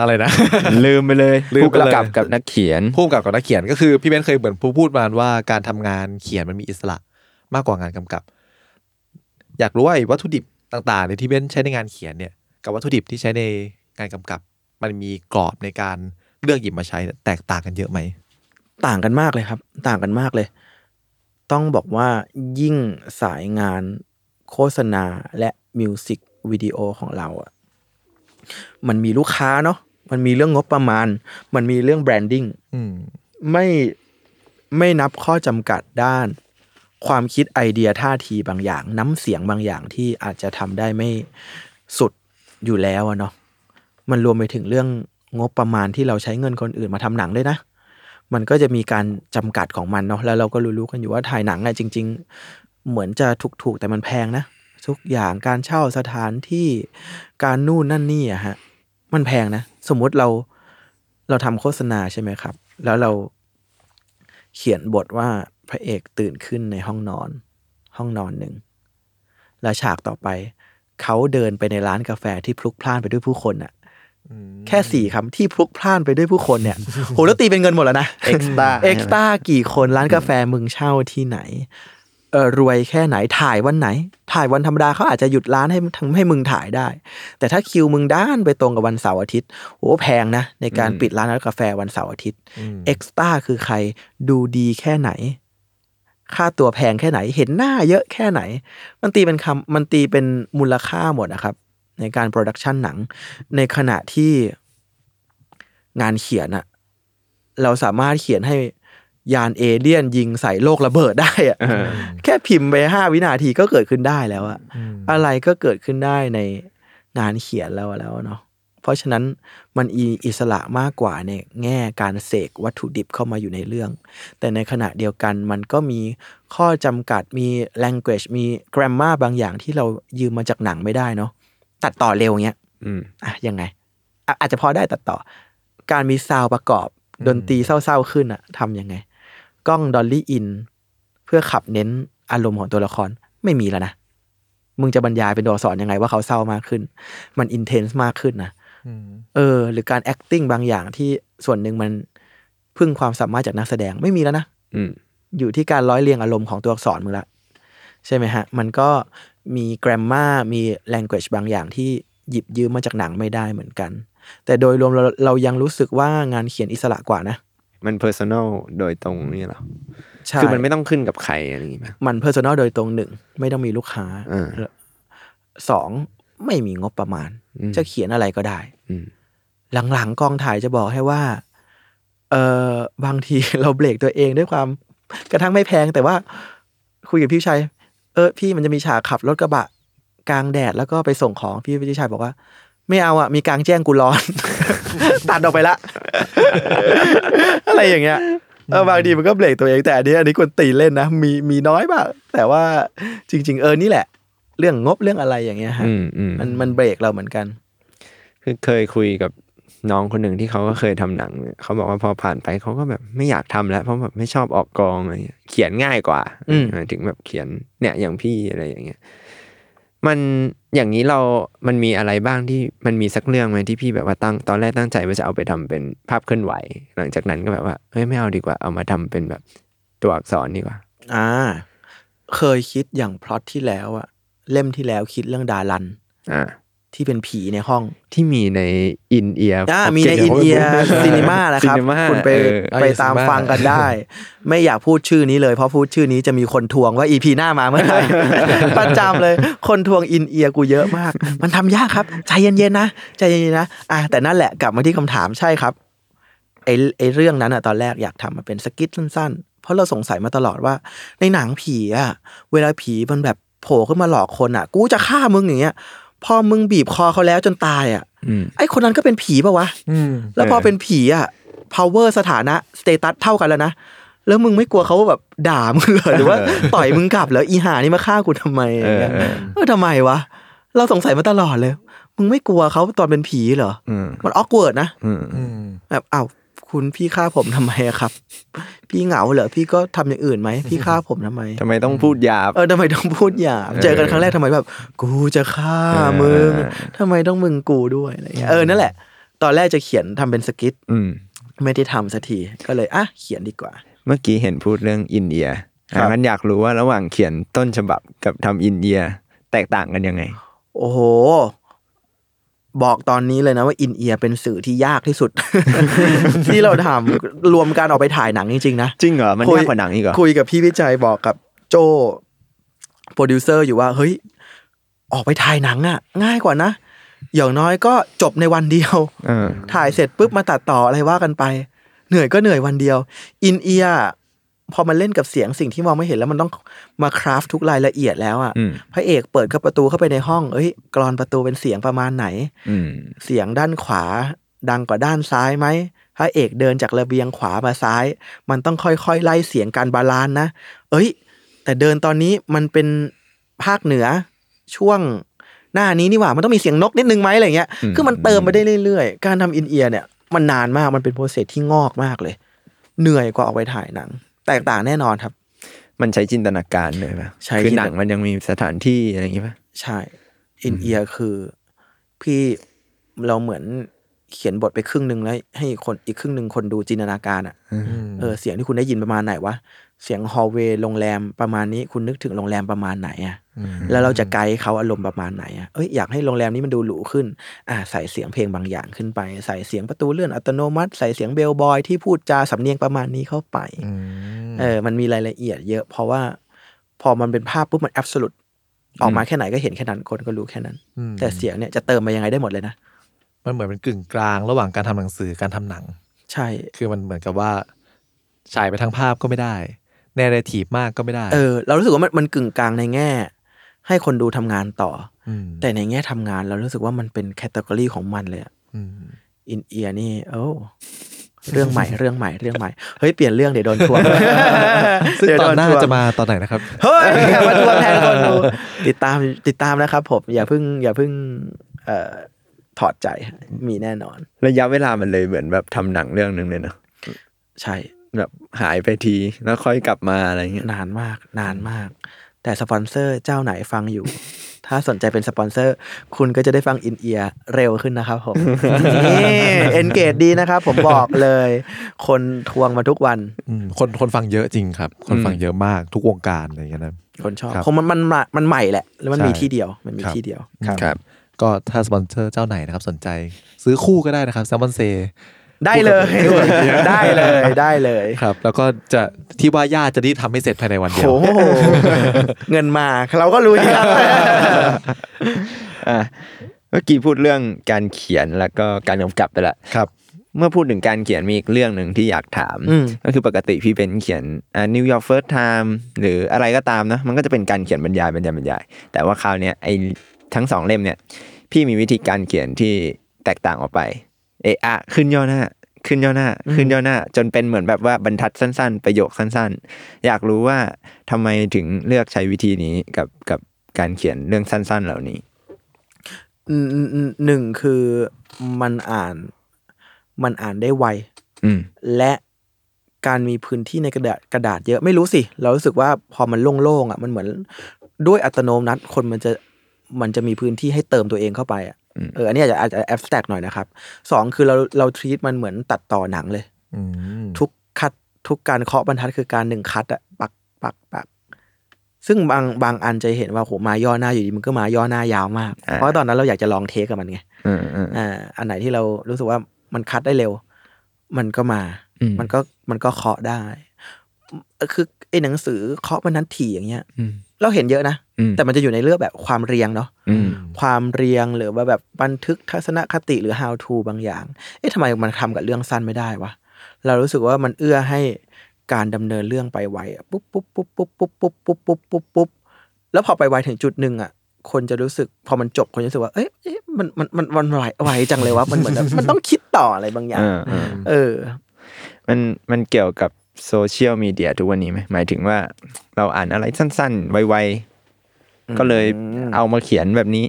Speaker 6: อะไร นะ
Speaker 7: ลืมไปเลย
Speaker 6: ลืม
Speaker 7: ผู้
Speaker 6: ไปเลย
Speaker 7: กำกับกับนักเขียน
Speaker 6: ผู้กำกับกับนักเขียนก็คือพี่เบนซ์เคยเหมือนพูดพูดมาว่าการทำงานเขียนมันมีอิสระมากกว่างานกำกับ อยากรู้ว่าไอ้วัตถุดิบต่างๆในยที่เบนซ์ใช้ในงานเขียนเนี่ย กับวัตถุดิบที่ใช้ในงานกำกับ มันมีกรอบในการเลือกหยิบมาใช้เนี่ยแตกต่างกันเยอะไหม
Speaker 8: ต่างกันมากเลยครับ ต่างกันมากเลย ต้องบอกว่ายิ่งสายงานโฆษณาและมิวสิกวิดีโอของเราอะมันมีลูกค้าเนาะมันมีเรื่องงบประมาณ มันมีเรื่องแบรนดิ้ง
Speaker 6: อืม
Speaker 8: ไม่ไม่นับข้อจำกัดด้าน ความคิดไอเดียท่าทีบางอย่าง น้ำเสียงบางอย่างที่อาจจะทำได้ไม่สุดอยู่แล้วอะเนาะมันรวมไปถึงเรื่องงบประมาณที่เราใช้เงินคนอื่นมาทำหนังด้วยนะ มันก็จะมีการจำกัดของมันเนาะแล้วเราก็รู้ๆกันอยู่ว่าถ่ายหนังอะจริง ๆ เหมือนจะถูกๆแต่มันแพงนะ ทุกอย่างการเช่าสถานที่การนู่นนั่นนี่อะฮะ มันแพงนะ สมมุติเราเราทำโฆษณาใช่ไหมครับ แล้วเราเขียนบทว่าพระเอกตื่นขึ้นในห้องนอน ห้องนอนหนึ่ง แล้วฉากต่อไป เขาเดินไปในร้านกาแฟที่พลุกพล่านไปด้วยผู้คนน่ะแค่สี่คำที่พลุกพล่านไปด้วยผู้คนเนี่ย โหแล้วตีเป็นเงินหมดแล้วนะ
Speaker 7: Extra
Speaker 8: เอ็กซ์ตากี่คนร้านกาแฟมึงเช่าที่ไหน เออรวยแค่ไหนถ่ายวันไหน ถ่ายวันธรรมดาเขาอาจจะหยุดร้านให้ทั้งให้มึงถ่ายได้ แต่ถ้าคิวมึงด้านไปตรงกับวันเสาร์อาทิตย์โอ้แพงนะ ในการปิดร้านร้านกาแฟวันเสาร์อาทิตย์เอ็กซ์ต้าคือใครดูดีแค่ไหน ค่าตัวแพงแค่ไหน เห็นหน้าเยอะแค่ไหน มันตีเป็นคำมันตีเป็นมูลค่าหมดนะครับ ในการโปรดักชันหนัง ในขณะที่งานเขียนอะเราสามารถเขียนให้ยานเอเลี่ยนยิงใส่โลกระเบิดได้อะแค่พิมพ์ไปห้าวินาทีก็เกิดขึ้นได้แล้วอะอะไรก็เกิดขึ้นได้ในงานเขียนแล้วแล้วเนาะเพราะฉะนั้นมันอีอิสระมากกว่าในแง่การเสกวัตถุดิบเข้ามาอยู่ในเรื่อง แต่ในขณะเดียวกันมันก็มีข้อจำกัดมี language มี grammar บางอย่างที่เรายืมมาจากหนังไม่ได้เนาะตัดต่อเร็วอย่างเงี้ย
Speaker 7: อืม
Speaker 8: อ่ะยังไงอะอาจจะพอได้ตัดต่อ การมีซาวด์ประกอบ ดนตรีเศร้าๆขึ้นอะทำยังไง กล้องดอลลี่อิน เพื่อขับเน้นอารมณ์ของตัวละครไม่มีแล้วนะ มึงจะบรรยายเป็นตัวอักษรยังไงว่าเขาเศร้ามากขึ้น มันอินเทนส์มากขึ้นนะเออ หรือการ acting บางอย่างที่ส่วนหนึ่งมันพึ่งความสามารถจากนักแสดงไม่มีแล้วนะ
Speaker 7: อืม
Speaker 8: อยู่ที่การร้อยเรียงอารมณ์ของตัวอักษรมึงละ ใช่ไหมฮะ มันก็มีแกรมมามี language บางอย่างที่หยิบยืมมาจากหนังไม่ได้เหมือนกัน แต่โดยรวมเราเรายังรู้สึกว่างานเขียนอิสระกว่านะ
Speaker 7: มันเพอร์ซันอลโดยตรงนี่เหรอ
Speaker 8: ใช่
Speaker 7: คือมันไม่ต้องขึ้นกับใครอะไรอย่างงี้ไหม
Speaker 8: มันเพอร์ซันอลโดยตรงหนึ่ง ไม่ต้องมีลูกค้า
Speaker 7: อ่า
Speaker 8: สองไม่มีงบประมาณ
Speaker 7: อืม
Speaker 8: จะเขียนอะไรก็ได้
Speaker 7: อืม
Speaker 8: หลังๆกองถ่ายจะบอกให้ว่า เออบางที เราเบรกตัวเองด้วยความกระทั่งไม่แพงแต่ว่า คุยกับพี่ชัย เออ พี่มันจะมีฉากขับรถกระบะ กลางแดดแล้วก็ไปส่งของพี่พี่ชัยบอกว่า ไม่เอาอ่ะมีกลางแจ้งกูร้อน ตัดออกไปละ อะไรอย่างเงี้ยเออบางทีมันก็เบรกตัวเองแต่อันนี้อันนี้ควรตีเล่นนะมีมีน้อยบ้างแต่ว่าจริง ๆ เออนี่แหละ เรื่องงบเรื่องอะไรอย่างเงี้ยฮะ
Speaker 7: อืมอืม
Speaker 8: มันมันเบรกเราเหมือนกัน
Speaker 7: คือเคยคุยกับน้องคนหนึ่งที่เขาก็เคยทำหนังเนี่ยเขาบอกว่าพอผ่านไปเขาก็แบบไม่อยากทำแล้วเพราะแบบไม่ชอบออกกองอะไรเงี้ยเขียนง่ายกว่า
Speaker 8: อืม
Speaker 7: หมายถึงแบบเขียนเนี่ยอย่างพี่อะไรอย่างเงี้ยมันอย่างนี้เรา มันมีอะไรบ้างที่มันมีสักเรื่องไหมที่พี่แบบว่าตั้งตอนแรกตั้งใจว่าจะเอาไปทำเป็นภาพเคลื่อนไหว หลังจากนั้นก็แบบว่าเฮ้ยไม่เอาดีกว่าเอามาทำเป็นแบบตัวอักษรดีกว่า
Speaker 8: อ่า เคยคิดอย่างพล็อตที่แล้วอะเล่มที่แล้วคิดเรื่องดารัน
Speaker 7: อ่า
Speaker 8: ที่เป็นผีในห้อง
Speaker 7: ที่มีในอินเอีย
Speaker 8: อ่ามีในอินเดียซีนิมานะครับ
Speaker 7: Cinema
Speaker 8: คุณไป
Speaker 7: เออ
Speaker 8: ไป
Speaker 6: เออ
Speaker 8: ตาม
Speaker 6: Cinema
Speaker 8: ฟังกัน ได้ ไม่อยากพูดชื่อนี้เลย เพราะพูดชื่อนี้จะมีคนทวงว่าอีพีหน้ามาเมื่ อไหร่ ประจำเลย คนทวงอินเอียกูเยอะมาก มันทำยากครับ ใจเย็นๆนะ ใจเย็นๆนะอ่ะแต่นั่นแหละกลับมาที่คำถามใช่ครับ ไอ้ไอ้เรื่องนั้นอะตอนแรกอยากทำมาเป็นสกิทสั้นๆ เพราะเราสงสัยมาตลอดว่า ในหนังผีอะเวลาผีมันแบบโผล่ขึ้นมาหลอกคนอะกูจะฆ่ามึงอย่างเงี้ย พอมึงบีบคอเขาแล้วจนตายอะไอ้คนนั้นก็เป็นผีปะวะ
Speaker 6: อืม
Speaker 8: แล้วพอเป็นผีอะ power สถานะสเตตัสเท่ากันแล้วนะ แล้วมึงไม่กลัวเขาแบบด่ามึงเหรอหรือว่า ต่อยมึงกลับแล้วอีหานี่มาฆ่ากูทำไมอย่างเงี้ย
Speaker 7: เออเออ
Speaker 8: เออทำไมวะ เราสงสัยมาตลอดเลย มึงไม่กลัวเขาตอนเป็นผีเหรอ มันออกเวิร์ดนะ
Speaker 7: อืม
Speaker 8: แบบอ้าว คุณพี่ฆ่าผมทำไมอะครับ พี่เหงาเหรอพี่ก็ทำอย่างอื่นไหมพี่ฆ่าผมทำไม
Speaker 7: ทำไมต้องพูดหยาบ
Speaker 8: เออทำไมต้องพูดหยาบเจอกันครั้งแรกทำไมแบบ กูจะฆ่ามึง
Speaker 7: เออ
Speaker 8: ทำไมต้องมึงกูด้วยอะไรเงี้ยเออนั่นแหละ ตอนแรกจะเขียนทำเป็นสกิท
Speaker 7: อืม
Speaker 8: ไม่ได้ทำสักทีก็เลยอ่ะเขียนดีกว่า
Speaker 7: เมื่อกี้เห็นพูดเรื่องอินเดีย
Speaker 8: ครับ
Speaker 7: อ่ะงั้นอยากรู้ว่าระหว่างเขียนต้นฉบับกับทำอินเดียแตกต่างกันยังไง
Speaker 8: โอ้โห บอกตอนนี้เลยนะว่าอินเอียเป็นสื่อที่ยากที่สุด ที่เราทำรวมการออกไปถ่ายหนังจริง ๆ นะ
Speaker 7: จริงเหรอ มัน
Speaker 8: คุย
Speaker 7: ยากกว่าหนังอีกเหรอ
Speaker 8: คุยกับพี่วิจัยบอกกับโจโปรดิวเซอร์อยู่ว่า เฮ้ย ออกไปถ่ายหนังอะง่ายกว่านะ อย่างน้อยก็จบในวันเดียว
Speaker 7: เออ
Speaker 8: ถ่ายเสร็จปุ๊บมาตัดต่ออะไรว่ากันไป เหนื่อยก็เหนื่อยวันเดียว อินเอียพอมันเล่นกับเสียงสิ่งที่มองไม่เห็นแล้วมันต้องมาคราฟทุกรายละเอียดแล้วอะ่ะ
Speaker 7: อืม
Speaker 8: พระเอกเปิดเข้าประตูเข้าไปในห้องเอ้ยกรอนประตูเป็นเสียงประมาณไหน
Speaker 7: อืม
Speaker 8: เสียงด้านขวา ดังกว่าด้านซ้ายไหมพระเอกเดินจากระเบียงขวามาซ้าย มันต้องค่อยๆไล่เสียงการบาลานซ์นะ เอ้ย แต่เดินตอนนี้มันเป็นภาคเหนือช่วงหน้านี้นี่หว่ามันต้องมีเสียงนกนิดนึงไหมอะไรเงี้ย
Speaker 7: อืม
Speaker 8: คือมันเติมไปได้เรื่อยๆ การทำอินเอียร์เนี่ย มันนานมากมันเป็นโปรเซสที่งอกมากเลย เหนื่อยกว่าออกไปถ่ายหนัง แตกต่างแน่นอนครับ
Speaker 7: มันใช้จินตนาการเลยป่ะ
Speaker 8: ใช้
Speaker 7: คือ
Speaker 8: จิน
Speaker 7: ห
Speaker 8: ต
Speaker 7: นังมันยังมีสถานที่อะไรอย่างงี้ป่ะ
Speaker 8: ใช่ อินเอียร์คือพี่เราเหมือนเขียนบทไปครึ่งหนึ่งแล้ว ให้คนอีกครึ่งหนึ่งคนดูจินตนาการอ่ะเออเสียงที่คุณได้ยินประมาณไหนวะเสียงฮอลเวย์โรงแรมประมาณนี้คุณนึกถึงโรงแรมประมาณไหนอ่ะแล้วเราจะไกด์เขาอารมณ์ประมาณไหนอ่ะเอ้ยอยากให้โรงแรมนี้มันดูหรูขึ้น อ่าใส่เสียงเพลงบางอย่างขึ้นไป ใส่เสียงประตูเลื่อนอัตโนมัติ ใส่เสียงเบลบอยที่พูดจาสำเนียงประมาณนี้เข้าไป เออ มันมีรายละเอียดเยอะ เพราะว่าพอมันเป็นภาพปุ๊บมันแอบส u t e ออกมาแค่ไหนก็เห็นแค่นั้นคนก็รู้แค่นั้น
Speaker 6: อืม
Speaker 8: แต่เสียงเนี่ยจะเติมไปยังไงได้หมดเลยนะ
Speaker 6: มันเหมือนเป็นกึ่งกลางระหว่างการทำหนังสือการทำหนัง
Speaker 8: ใช่
Speaker 6: คือมันเหมือนกับว่าฉายไปทางภาพก็ไม่ได้ แนเรทีฟมากก็ไม่ได้
Speaker 8: เออ เรารู้สึกว่ามันมันกึ่งกลางในแง่ ให้คนดูทำงานต่ออ
Speaker 6: ม
Speaker 8: แต่ในแง่ทำงานเรารู้สึกว่ามันเป็นแคตตากรีของมันเลย
Speaker 6: ม
Speaker 8: อินเอียนี่โอ้เรื่องใหม่เรื่องใหม่เรื่องใหม่เฮ้ยเปลี่ยนเรื่องเดี๋ยวโดนทวง
Speaker 6: ซึ่ง
Speaker 8: เดี๋ยว
Speaker 6: ตอ
Speaker 8: โด
Speaker 6: นหน้า
Speaker 8: ทวง
Speaker 6: จะมาตอนไหนนะครับ
Speaker 8: เฮ้ยอย่ามาทวงแทนคนดูติดตามติดตามนะครับผม อย่าเพิ่ง อย่าเพิ่งเอ่อถอดใจมีแน่นอน
Speaker 7: ระยะเวลามันเลยเหมือนแบบทำหนังเรื่องหนึ่งเลยเนอะ
Speaker 8: ใช่
Speaker 7: แบบหายไปทีแล้วค่อยกลับมาอะไรเงี้ย
Speaker 8: นานมากนานมาก แต่สปอนเซอร์เจ้าไหนฟังอยู่ ถ้าสนใจเป็นสปอนเซอร์ คุณก็จะได้ฟังอินเอียเร็วขึ้นนะครับผม นี่เอนเกจดีนะครับผมบอกเลย คนทวงมาทุกวัน
Speaker 6: อืมคนคนฟังเยอะจริงครับ คนฟังเยอะมากทุกวงการอะไรอย่างเงี้ยนะ
Speaker 8: คนชอบ
Speaker 6: ครับ
Speaker 8: คงมันมันมันใหม่แหละ แล้วมันมี
Speaker 6: ใช่
Speaker 8: ที่เดียวมันมี
Speaker 6: ครับ
Speaker 8: ที่เดียว
Speaker 7: ครับ
Speaker 6: ก็ถ้าสปอนเซอร์เจ้าไหนนะครับสนใจ ซื้อคู่ก็ได้นะครับแซมบอนเซ
Speaker 8: ได้เลยได้เลยได้เลย
Speaker 6: ครับแล้วก็จะที่ว่าญาติจะรีบทำให้เสร็จภายในวันเดียว
Speaker 8: โอ้โห เงินมาเราก็ รู้อยู่แล้ว
Speaker 7: อ่ะเมื่อกี้พูดเรื่องการเขียนแล้วก็การกำกับไปละ
Speaker 6: ครับ
Speaker 7: เมื่อพูดถึงการเขียนมีอีกเรื่องหนึ่งที่อยากถาม
Speaker 8: อืม
Speaker 7: ก็คือปกติพี่เป็นเขียนอ่า New York First Time หรืออะไรก็ตามนะ มันก็จะเป็นการเขียนบรรยายบรรยายบรรยาย แต่ว่าคราวเนี้ยไอทั้งสองเล่มเนี่ย พี่มีวิธีการเขียนที่แตกต่างออกไป เอะอะขึ้นย่อหน้า ขึ้นย่อหน้า ขึ้นย่อหน้า จนเป็นเหมือนแบบว่าบรรทัดสั้น ๆ ประโยคสั้น ๆ อยากรู้ว่าทำไมถึงเลือกใช้วิธีนี้กับกับการเขียนเรื่องสั้น ๆ เหล่านี้
Speaker 8: อืมอืมอืมหนึ่งคือมันอ่านมันอ่านได้ไว
Speaker 7: อืม
Speaker 8: และการมีพื้นที่ในกระดาษกระดาษเยอะไม่รู้สิ เรารู้สึกว่าพอมันโล่งๆอ่ะมันเหมือนด้วยอัตโนมัติคนมันจะมันจะมีพื้นที่ให้เติมตัวเองเข้าไปอ่ะ
Speaker 7: อืม
Speaker 8: เอออันนี้อาจจะอาจจะแอบสแต็กหน่อยนะครับสองคือเราเราทรีตมันเหมือนตัดต่อหนังเลย
Speaker 6: อืม
Speaker 8: ทุกคัดทุกการเคาะบรรทัดคือการหนึ่งคัดอะปักปักปัก ซึ่งบางบางอันจะเห็นว่าโหมาย่อหน้าอยู่ดีมันก็มาย่อหน้ายาวมาก
Speaker 7: อ่า
Speaker 8: เพราะตอนนั้นเราอยากจะลองเทคกับมันไง
Speaker 7: อืมอืม
Speaker 8: อ่าอันไหนที่เรารู้สึกว่ามันคัดได้เร็ว มันก็มา
Speaker 7: อืม
Speaker 8: มันก็มันก็เคาะได้คือไอ้หนังสือเคาะบรรทัดถี่อย่างเงี้ย
Speaker 7: อืม
Speaker 8: เราเห็นเยอะนะ
Speaker 7: อืม
Speaker 8: แต่มันจะอยู่ในเรื่องแบบความเรียงเนาะ
Speaker 7: อืม
Speaker 8: ความเรียงหรือว่าแบบบันทึกทัศนคติหรือ how to บางอย่าง เอ๊ะทำไมมันทำกับเรื่องสั้นไม่ได้วะ เรารู้สึกว่ามันเอื้อให้การดำเนินเรื่องไปไวอะปุ๊บปุ๊บปุ๊บปุ๊บปุ๊บปุ๊บปุ๊บปุ๊บปุ๊บปุ๊บแล้วพอไปไวถึงจุดหนึ่งอ่ะ คนจะรู้สึกพอมันจบคนจะรู้สึกว่าเอ๊ะเอ๊ะมันมันมันมันไวไวจังเลยวะมันเหมือนแบบ มันต้องคิดต่ออะไรบางอย่าง
Speaker 7: อ่าอ่า
Speaker 8: เออ
Speaker 7: มันมันเกี่ยวกับโซเชียลมีเดียทุกวันนี้ไหมหมายถึงว่าเราอ่านอะไรสั้น ๆ ไวๆ ก็เลยเอามาเขียนแบบนี้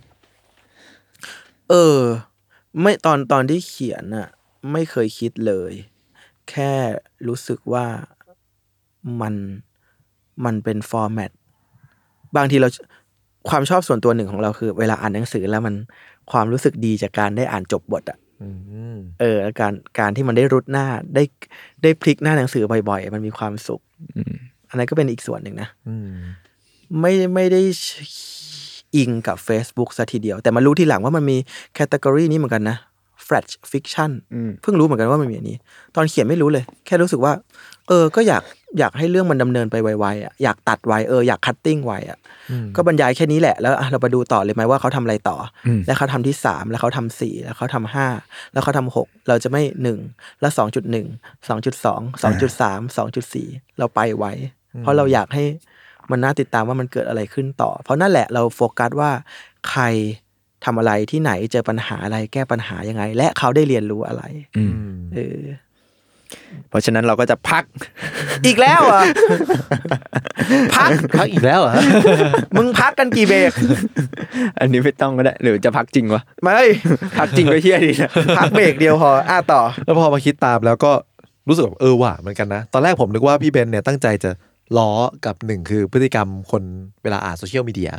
Speaker 8: เออ ไม่ตอนตอนที่เขียนอ่ะ ไม่เคยคิดเลย แค่รู้สึกว่ามันมันเป็นฟอร์แมตบางทีเราความชอบส่วนตัวหนึ่งของเราคือ เวลาอ่านหนังสือแล้วมันความรู้สึกดีจากการได้อ่านจบบทอะเออแล้วการการที่มันได้รุดหน้าได้ได้พลิกหน้าหนังสือบ่อยๆ มันมีความสุขอันนั้นก็เป็นอีกส่วนหนึ่งนะ ไม่ไม่ได้อิงกับ Facebook ซะทีเดียว แต่มารู้ทีหลังว่ามันมีแคตตากรีนี้เหมือนกันนะ f r e s h Fiction เพิ่งรู้เหมือนกันว่ามันมีอันนี้ ตอนเขียนไม่รู้เลย แค่รู้สึกว่า เออ ก็อยากอยากให้เรื่องมันดำเนินไปไวๆอ่ะอยากตัดไวเอออยากคัตติ้งไวอ่ะก็บรรยายแค่นี้แหละ แล้วอ่ะเราไปดูต่อเลยไหมว่าเขาทำอะไรต่ออแล้วเขาทำที่สามแล้วเขาทำสี่แล้วเขาทำห้าแล้วเขาทำหกเราจะไม่หนึ่งแล้วสองจุดหนึ่งสองจุดสองสองจุดสามสองจุดสี่เราไปไวเพราะเราอยากให้ มันน่าติดตามว่ามันเกิดอะไรขึ้นต่อ เพราะนั่นแหละเราโฟกัสว่าใครทำอะไรที่ไหนเจอปัญหาอะไรแก้ปัญหายังไง และเขาได้เรียนรู้อะไรเออ
Speaker 7: เพราะฉะนั้นเราก็จะพัก
Speaker 8: อีกแล้วเหรอ่ะ พัก
Speaker 6: พักอีกแล้วเหรอ
Speaker 8: มึงพักกันกี่เบรก
Speaker 7: อันนี้ไม่ต้องก็ได้หรือจะพักจริงวะ
Speaker 8: ไม่
Speaker 7: พักจริงก็เฮี้ยดีนะ
Speaker 8: พักเบรกเดียวพออ่ะต่อ
Speaker 6: แล้วพอมาคิดตามแล้วก็รู้สึกแบบเออว่ะเหมือนกันนะ ตอนแรกผมนึกว่าพี่เบนเนี่ยตั้งใจจะล้อกับหนึ่งคือพฤติกรรมคนเวลาอ่านโซเชียลมีเดีย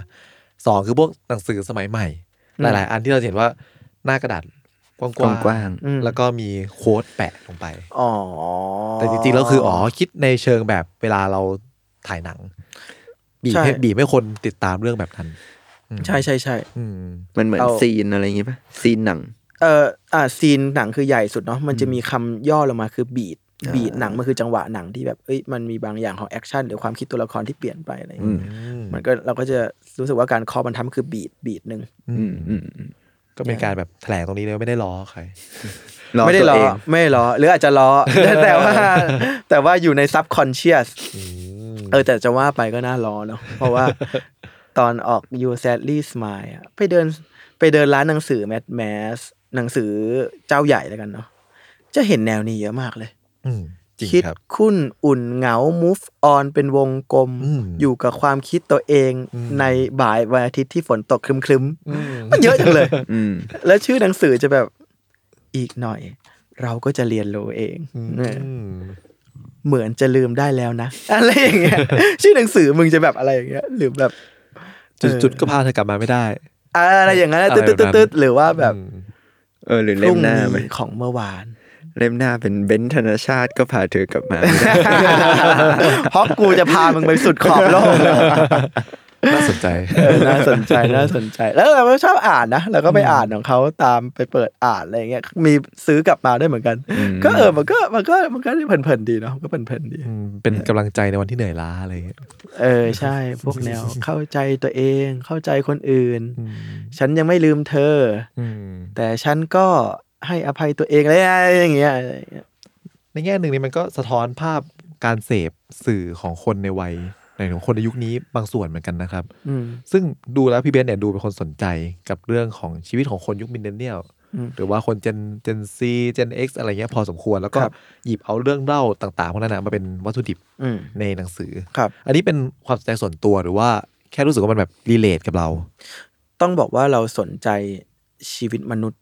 Speaker 6: สองคือพวกหนังสือสมัยใหม่ หลาย ๆ อันที่เราเห็นว่าหน้ากระดาษกว้าง
Speaker 7: กว้าง
Speaker 8: อืม
Speaker 6: แล้วก็มีโค้ดแปะลงไป
Speaker 8: อ๋อ
Speaker 6: แต่จริง ๆ แล้วคืออ๋อคิดในเชิงแบบเวลาเราถ่ายหนัง บีบให้บีบให้คนติดตามเรื่องแบบนั้น
Speaker 8: ใช่ใช่ใช่
Speaker 6: อืม
Speaker 7: มันเหมือน
Speaker 8: เอา
Speaker 7: ซีนอะไรอย่างงี้ป่ะ ซีนหนัง
Speaker 8: เอ่ออ่าซีนหนังคือใหญ่สุดเนาะมันจะมีคำย่อลงมาคือบีดบีดหนังมันคือจังหวะหนังที่แบบเอ้ยมันมีบางอย่างของแอคชั่นหรือความคิดตัวละครที่เปลี่ยนไปอะไรอย่างเงี้ยมันก็เราก็จะรู้สึกว่าการคอมันทำคือบีดบีดหนึ่ง
Speaker 7: อืมอืม
Speaker 6: ก็เป็นการแบบแถลงตรงนี้เลยว่าไม่ได้ล้อใคร
Speaker 7: อ
Speaker 8: ไม่ได้
Speaker 7: ตัว
Speaker 8: ล้อ
Speaker 7: เง
Speaker 8: ไม่ได้ล้อหรืออาจจะ ล้อ แต่ว่า แต่ว่าอยู่ในซับคอนเชียสเออแต่จะว่าไปก็น่าล้อเนาะเพราะว่า ตอนออก You Sadly Smile อะไปเดินไปเดินร้านหนังสือแมสแมสหนังสือเจ้าใหญ่แล้วกันเนาะจะเห็นแนวนี้เยอะมากเลย
Speaker 6: อืมจริง
Speaker 8: คิด
Speaker 6: ครับ
Speaker 8: คุ้นอุ่นเหงา move on เป็นวงกลม
Speaker 6: อืม
Speaker 8: อยู่กับความคิดตัวเองในบ่ายวันอาทิตย์ที่ฝนตกครึมๆมันเยอะจังเลย
Speaker 7: อืม
Speaker 8: แล้วชื่อหนังสือจะแบบอีกหน่อย เราก็จะเรียนรู้เองเนี่ย
Speaker 6: อืม
Speaker 8: เหมือนจะลืมได้แล้วนะ อะไรอย่างเงี้ย ชื่อหนังสือมึงจะแบบอะไรอย่างเงี้ยหรือแบบ
Speaker 6: จุด
Speaker 8: เออ
Speaker 6: จุดก็พาเธอกลับมาไม่ได้
Speaker 8: อะไรอย่างเงี้ย
Speaker 6: อะไร
Speaker 8: ตึ๊ด
Speaker 6: แบบนั้น
Speaker 8: ตึ๊ดตึ๊ดๆๆๆหรือว่าแบบ
Speaker 7: เออหรือ
Speaker 8: พ
Speaker 7: เล่
Speaker 8: รุ่
Speaker 7: ม
Speaker 8: ง
Speaker 7: หน้าไหม
Speaker 8: นี้ของเมื่อวาน
Speaker 7: เล่มหน้าเป็นเบนซ์ธนชาติก็พาเธอกลับมาไม่ได้
Speaker 8: เพราะกูจะพามึงไปสุดขอบโลก
Speaker 6: น่าสนใจ
Speaker 8: เอ อน่าสนใจ น่าสนใจ แล้วเราก็ชอบอ่านนะเราก็ไปอ่านของเขาตามไปเปิดอ่านอะไรอย่างเงี้ย มีซื้อกลับมาด้วยเหมือนกัน ก็เออ มันก็มันก็มันก็เพลินๆดีเนาะ ก็เพลินๆดี
Speaker 6: เป็นกำลังใจในวันที่เหนื่อยล้าอะไรอย่างเงี้ย
Speaker 8: เออ ใช่ พวกแนว เข้าใจตัวเอง เข้าใจคนอื่น ฉันยังไม่ลืมเธอ แต่ฉันก็ให้อภัยตัวเองอะไรอย่างเงี้ยอะไรอย่างเงี้ย
Speaker 6: ในแง่หนึ่งนี่มันก็สะท้อนภาพการเสพสื่อของคนในวัยในของคนในยุคนี้บางส่วนเหมือนกันนะครับ
Speaker 8: อืม
Speaker 6: ซึ่งดูแล้วพี่เบนซ์เนี่ยดูเป็นคนสนใจกับเรื่องของชีวิตของคนยุคมินเดเนียลหรือว่าคนเจนเจนซีเจนเอ็กซ์อะไรเงี้ยพอสมควรแล้วก็
Speaker 8: ครับ
Speaker 6: หยิบเอาเรื่องเล่าต่างๆพวกนั้นนะมาเป็นวัตถุดิบ
Speaker 8: อืม
Speaker 6: ในหนังสือ
Speaker 8: ครับ
Speaker 6: อันนี้เป็นความสนใจส่วนตัวหรือว่าแค่รู้สึกว่ามันแบบรีเลทกับเรา
Speaker 8: ต้องบอกว่าเราสนใจชีวิตมนุษย์